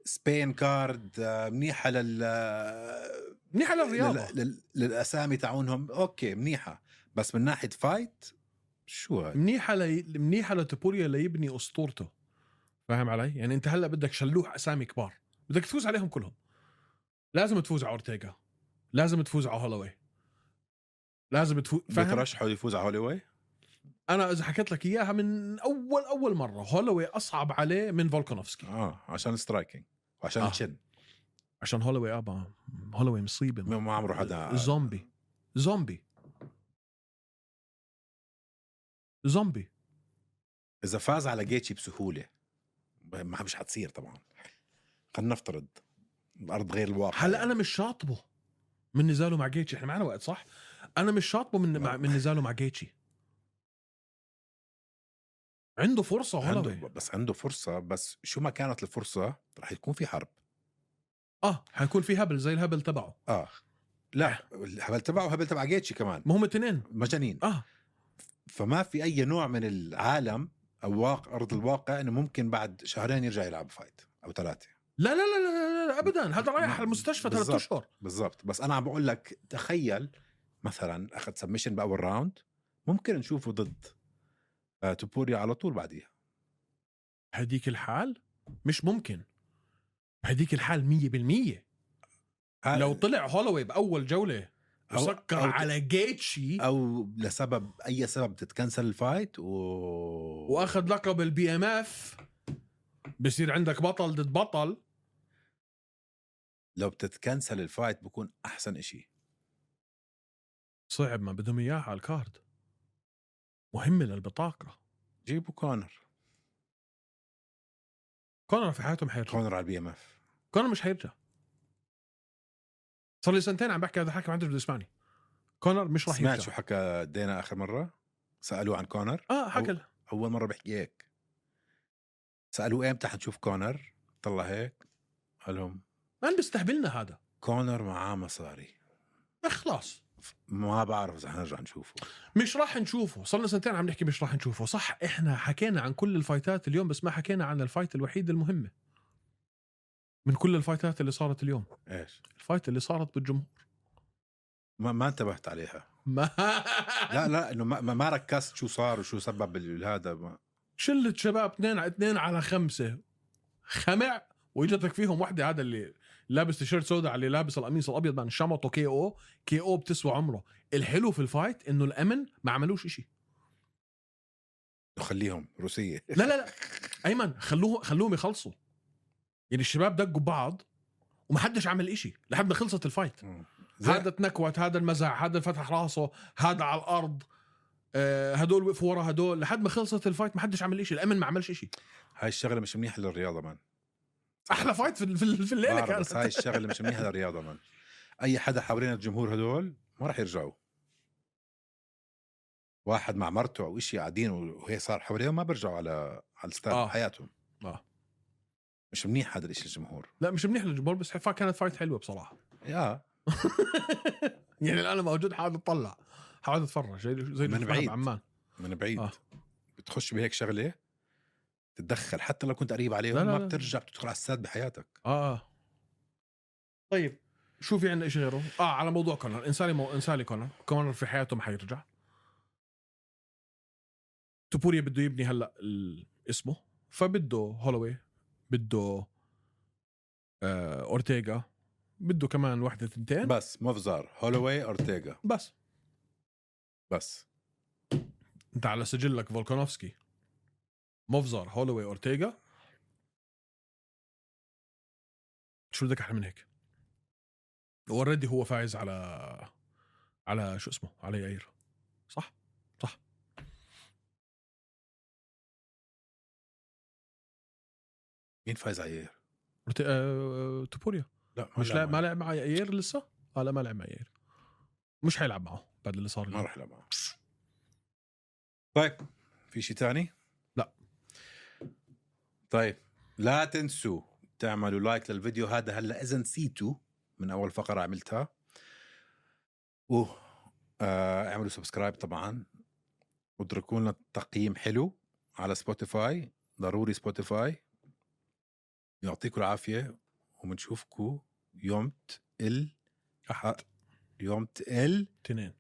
Speaker 3: سبين كارد منيحه لل
Speaker 2: منيح على الرياضه
Speaker 3: لل- لل- للاسامي تاعونهم اوكي منيحه بس من ناحيه فايت شو هاي
Speaker 2: منيحه لي... منيحه لتبوريا ليبني اسطورته فاهم علي؟ يعني انت هلا بدك شلوح اسامي كبار بدك تفوز عليهم كلهم لازم تفوز على اورتيغا لازم تفوز على هولوي لازم تفوز فاهم؟
Speaker 3: بترشحه يفوز على هوليوي
Speaker 2: انا اذا حكيت لك اياها من اول اول مره هولوي اصعب عليه من فولكانوفسكي
Speaker 3: اه عشان سترايكينج وعشان
Speaker 2: آه.
Speaker 3: آه. تشن
Speaker 2: عشان هولوي ابا هولوي مصيبه
Speaker 3: ما ما عمره حدا
Speaker 2: زومبي زومبي زومبي
Speaker 3: اذا فاز على جيتشي بسهوله ما مش حتصير طبعا خلينا نفترض الارض غير الواقع
Speaker 2: هلا انا مش شاطبه من نزاله مع جيتشي احنا معنا وقت صح انا مش شاطبه من مع من نزاله مع جيتشي عنده فرصه
Speaker 3: عنده
Speaker 2: هولوي
Speaker 3: بس عنده فرصه بس شو ما كانت الفرصه رح يكون في حرب
Speaker 2: اه حيكون في هبل زي الهبل تبعه
Speaker 3: اه لا الهبل تبعه هبل تبع جيتشي كمان
Speaker 2: ما هم اثنين
Speaker 3: مجانين
Speaker 2: اه
Speaker 3: فما في اي نوع من العالم او واقع ارض الواقع انه ممكن بعد شهرين يرجع يلعب فايت او ثلاثه
Speaker 2: لا لا لا لا- لا, لا ابدا هذا رايح على المستشفى ثلاث
Speaker 3: بالظبط.
Speaker 2: اشهر
Speaker 3: بالضبط بس انا عم بقول لك تخيل مثلا اخذ سبمشن باول راوند ممكن نشوفه ضد آه، توبوريا على طول بعديها
Speaker 2: هديك الحال مش ممكن هديك الحال 100%
Speaker 3: هل-
Speaker 2: لو طلع هولوي باول جوله
Speaker 3: أو-
Speaker 2: وسكر
Speaker 3: أو-
Speaker 2: على جيتشي
Speaker 3: او لسبب اي سبب تتكنسل الفايت و
Speaker 2: واخذ لقب البي ام اف بصير عندك بطل ضد بطل
Speaker 3: لو بتتكنسل الفايت بكون احسن إشي
Speaker 2: صعب ما بدهم اياها على الكارد مهمه للبطاقه
Speaker 3: جيبوا كونر
Speaker 2: كونر في حياته ما حيرجع
Speaker 3: كونر على البي ام اف
Speaker 2: كونر مش حيرجع صار لي سنتين عم بحكي هذا الحكي ما عندوش بده يسمعني كونر مش راح
Speaker 3: سمعت
Speaker 2: يرجع
Speaker 3: شو حكى دينا اخر مره سالوه عن كونر
Speaker 2: اه حكى لا.
Speaker 3: اول مره بحكي هيك سالوه امتى حنشوف كونر طلع هيك قال لهم
Speaker 2: ما بيستهبلنا هذا
Speaker 3: كونر معاه مصاري
Speaker 2: خلاص
Speaker 3: ما بعرف اذا حنرجع نشوفه
Speaker 2: مش راح نشوفه صار لنا سنتين عم نحكي مش راح نشوفه صح احنا حكينا عن كل الفايتات اليوم بس ما حكينا عن الفايت الوحيد المهمه من كل الفايتات اللي صارت اليوم
Speaker 3: ايش
Speaker 2: الفايت اللي صارت بالجمهور (laughs)
Speaker 3: ما, ما انتبهت عليها
Speaker 2: ما
Speaker 3: لا لا انه ما, ما- ما ركزت شو صار وشو سبب ال- هذا ما-
Speaker 2: شلة شباب اثنين على اثنين على خمسة خمع واجتك فيهم وحدة هذا اللي لابس تيشيرت سوداء على اللي لابس القميص الابيض من شمطه كي او كي او بتسوى عمره الحلو في الفايت انه الامن ما عملوش إشي
Speaker 3: خليهم
Speaker 2: (laughs)
Speaker 3: روسيه
Speaker 2: لا لا لا ايمن خلوه خلوهم يخلصوا يعني الشباب دقوا بعض ومحدش عمل إشي لحد ما خلصت الفايت
Speaker 3: زي-
Speaker 2: هذا تنكوت هذا المزع هذا فتح راسه هذا على الارض آه، هدول وقفوا ورا هدول لحد ما خلصت الفايت ما حدش عمل إشي الامن ما عملش إشي
Speaker 3: هاي الشغله مش منيحه للرياضه مان
Speaker 2: احلى فايت في في- في الليله
Speaker 3: بعرف،
Speaker 2: كانت
Speaker 3: بس هاي الشغله مش منيحه للرياضه مان اي حدا حوالين الجمهور هدول ما راح يرجعوا واحد مع مرته او شيء قاعدين وهي صار حواليهم ما بيرجعوا على على الستاند
Speaker 2: آه.
Speaker 3: آه. حياتهم
Speaker 2: آه.
Speaker 3: مش منيح هذا الشيء للجمهور
Speaker 2: لا مش منيح للجمهور بس حفا كانت فايت حلوه بصراحه
Speaker 3: اه
Speaker 2: يعني الان لما موجود حاول اتطلع حاول اتفرج زي زي اللي
Speaker 3: من
Speaker 2: شفناها
Speaker 3: بعيد.
Speaker 2: بعمان
Speaker 3: من بعيد
Speaker 2: آه.
Speaker 3: آه. بتخش بهيك شغله تتدخل حتى لو كنت قريب عليهم
Speaker 2: لا، لا،
Speaker 3: ما
Speaker 2: لا.
Speaker 3: بترجع بتدخل على الساد بحياتك
Speaker 2: اه آه. طيب شو في عندنا شيء غيره؟ اه على موضوع كونر انسالي مو... انسالي كونر كونر في حياته ما حيرجع توبوريا بده يبني هلا ال- اسمه فبده هولوي بده آه اورتيغا بده كمان وحده تنتين
Speaker 3: بس مفزار هولوي اورتيغا
Speaker 2: بس
Speaker 3: بس
Speaker 2: انت على سجلك فولكانوفسكي مفزر هولوي اورتيغا شو بدك احلى من هيك اوريدي هو فايز على على شو اسمه على ياير صح صح
Speaker 3: مين فايز عيير؟
Speaker 2: أورتي... آه... توبوريا
Speaker 3: لا
Speaker 2: مش لا... ما
Speaker 3: معه.
Speaker 2: لعب مع ياير لسه آه لا ما لعب مع ياير مش حيلعب معه بعد اللي صار
Speaker 3: ما
Speaker 2: اليوم.
Speaker 3: راح يلعب معه طيب في شيء تاني؟
Speaker 2: لا.
Speaker 3: طيب لا تنسوا تعملوا لايك للفيديو هذا هلا اذا نسيتوا من اول فقره عملتها و آه، اعملوا سبسكرايب طبعا واتركوا لنا تقييم حلو على سبوتيفاي ضروري سبوتيفاي يعطيكم العافيه وبنشوفكم يوم ال
Speaker 2: احد
Speaker 3: يوم ال
Speaker 2: اثنين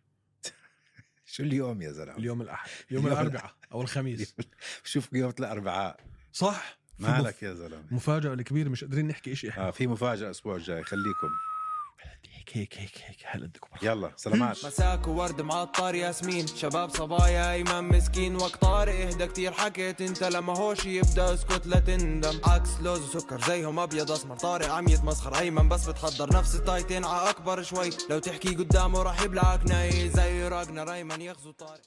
Speaker 3: شو اليوم يا زلمه (laughs)
Speaker 2: اليوم الاحد يوم
Speaker 3: اليوم
Speaker 2: الاربعاء او الخميس
Speaker 3: شوف يوم الاربعاء
Speaker 2: صح في
Speaker 3: مالك يا زلمه
Speaker 2: مفاجأة الكبيرة مش قادرين نحكي شيء احنا
Speaker 3: آه في مفاجاه الاسبوع الجاي خليكم
Speaker 2: هيك هيك هيك هيك هلا بدكم
Speaker 3: يلا سلامات
Speaker 4: مساك وورد معطر ياسمين شباب صبايا ايمن مسكين وقت طارق اهدى كتير حكيت انت لما هوش يبدا اسكت لا تندم عكس لوز وسكر زيهم ابيض اسمر طارق عم يتمسخر ايمن بس بتحضر نفس التايتين ع اكبر شوي لو تحكي قدامه راح يبلعك ناي زي راجنا ريمان يغزو طارق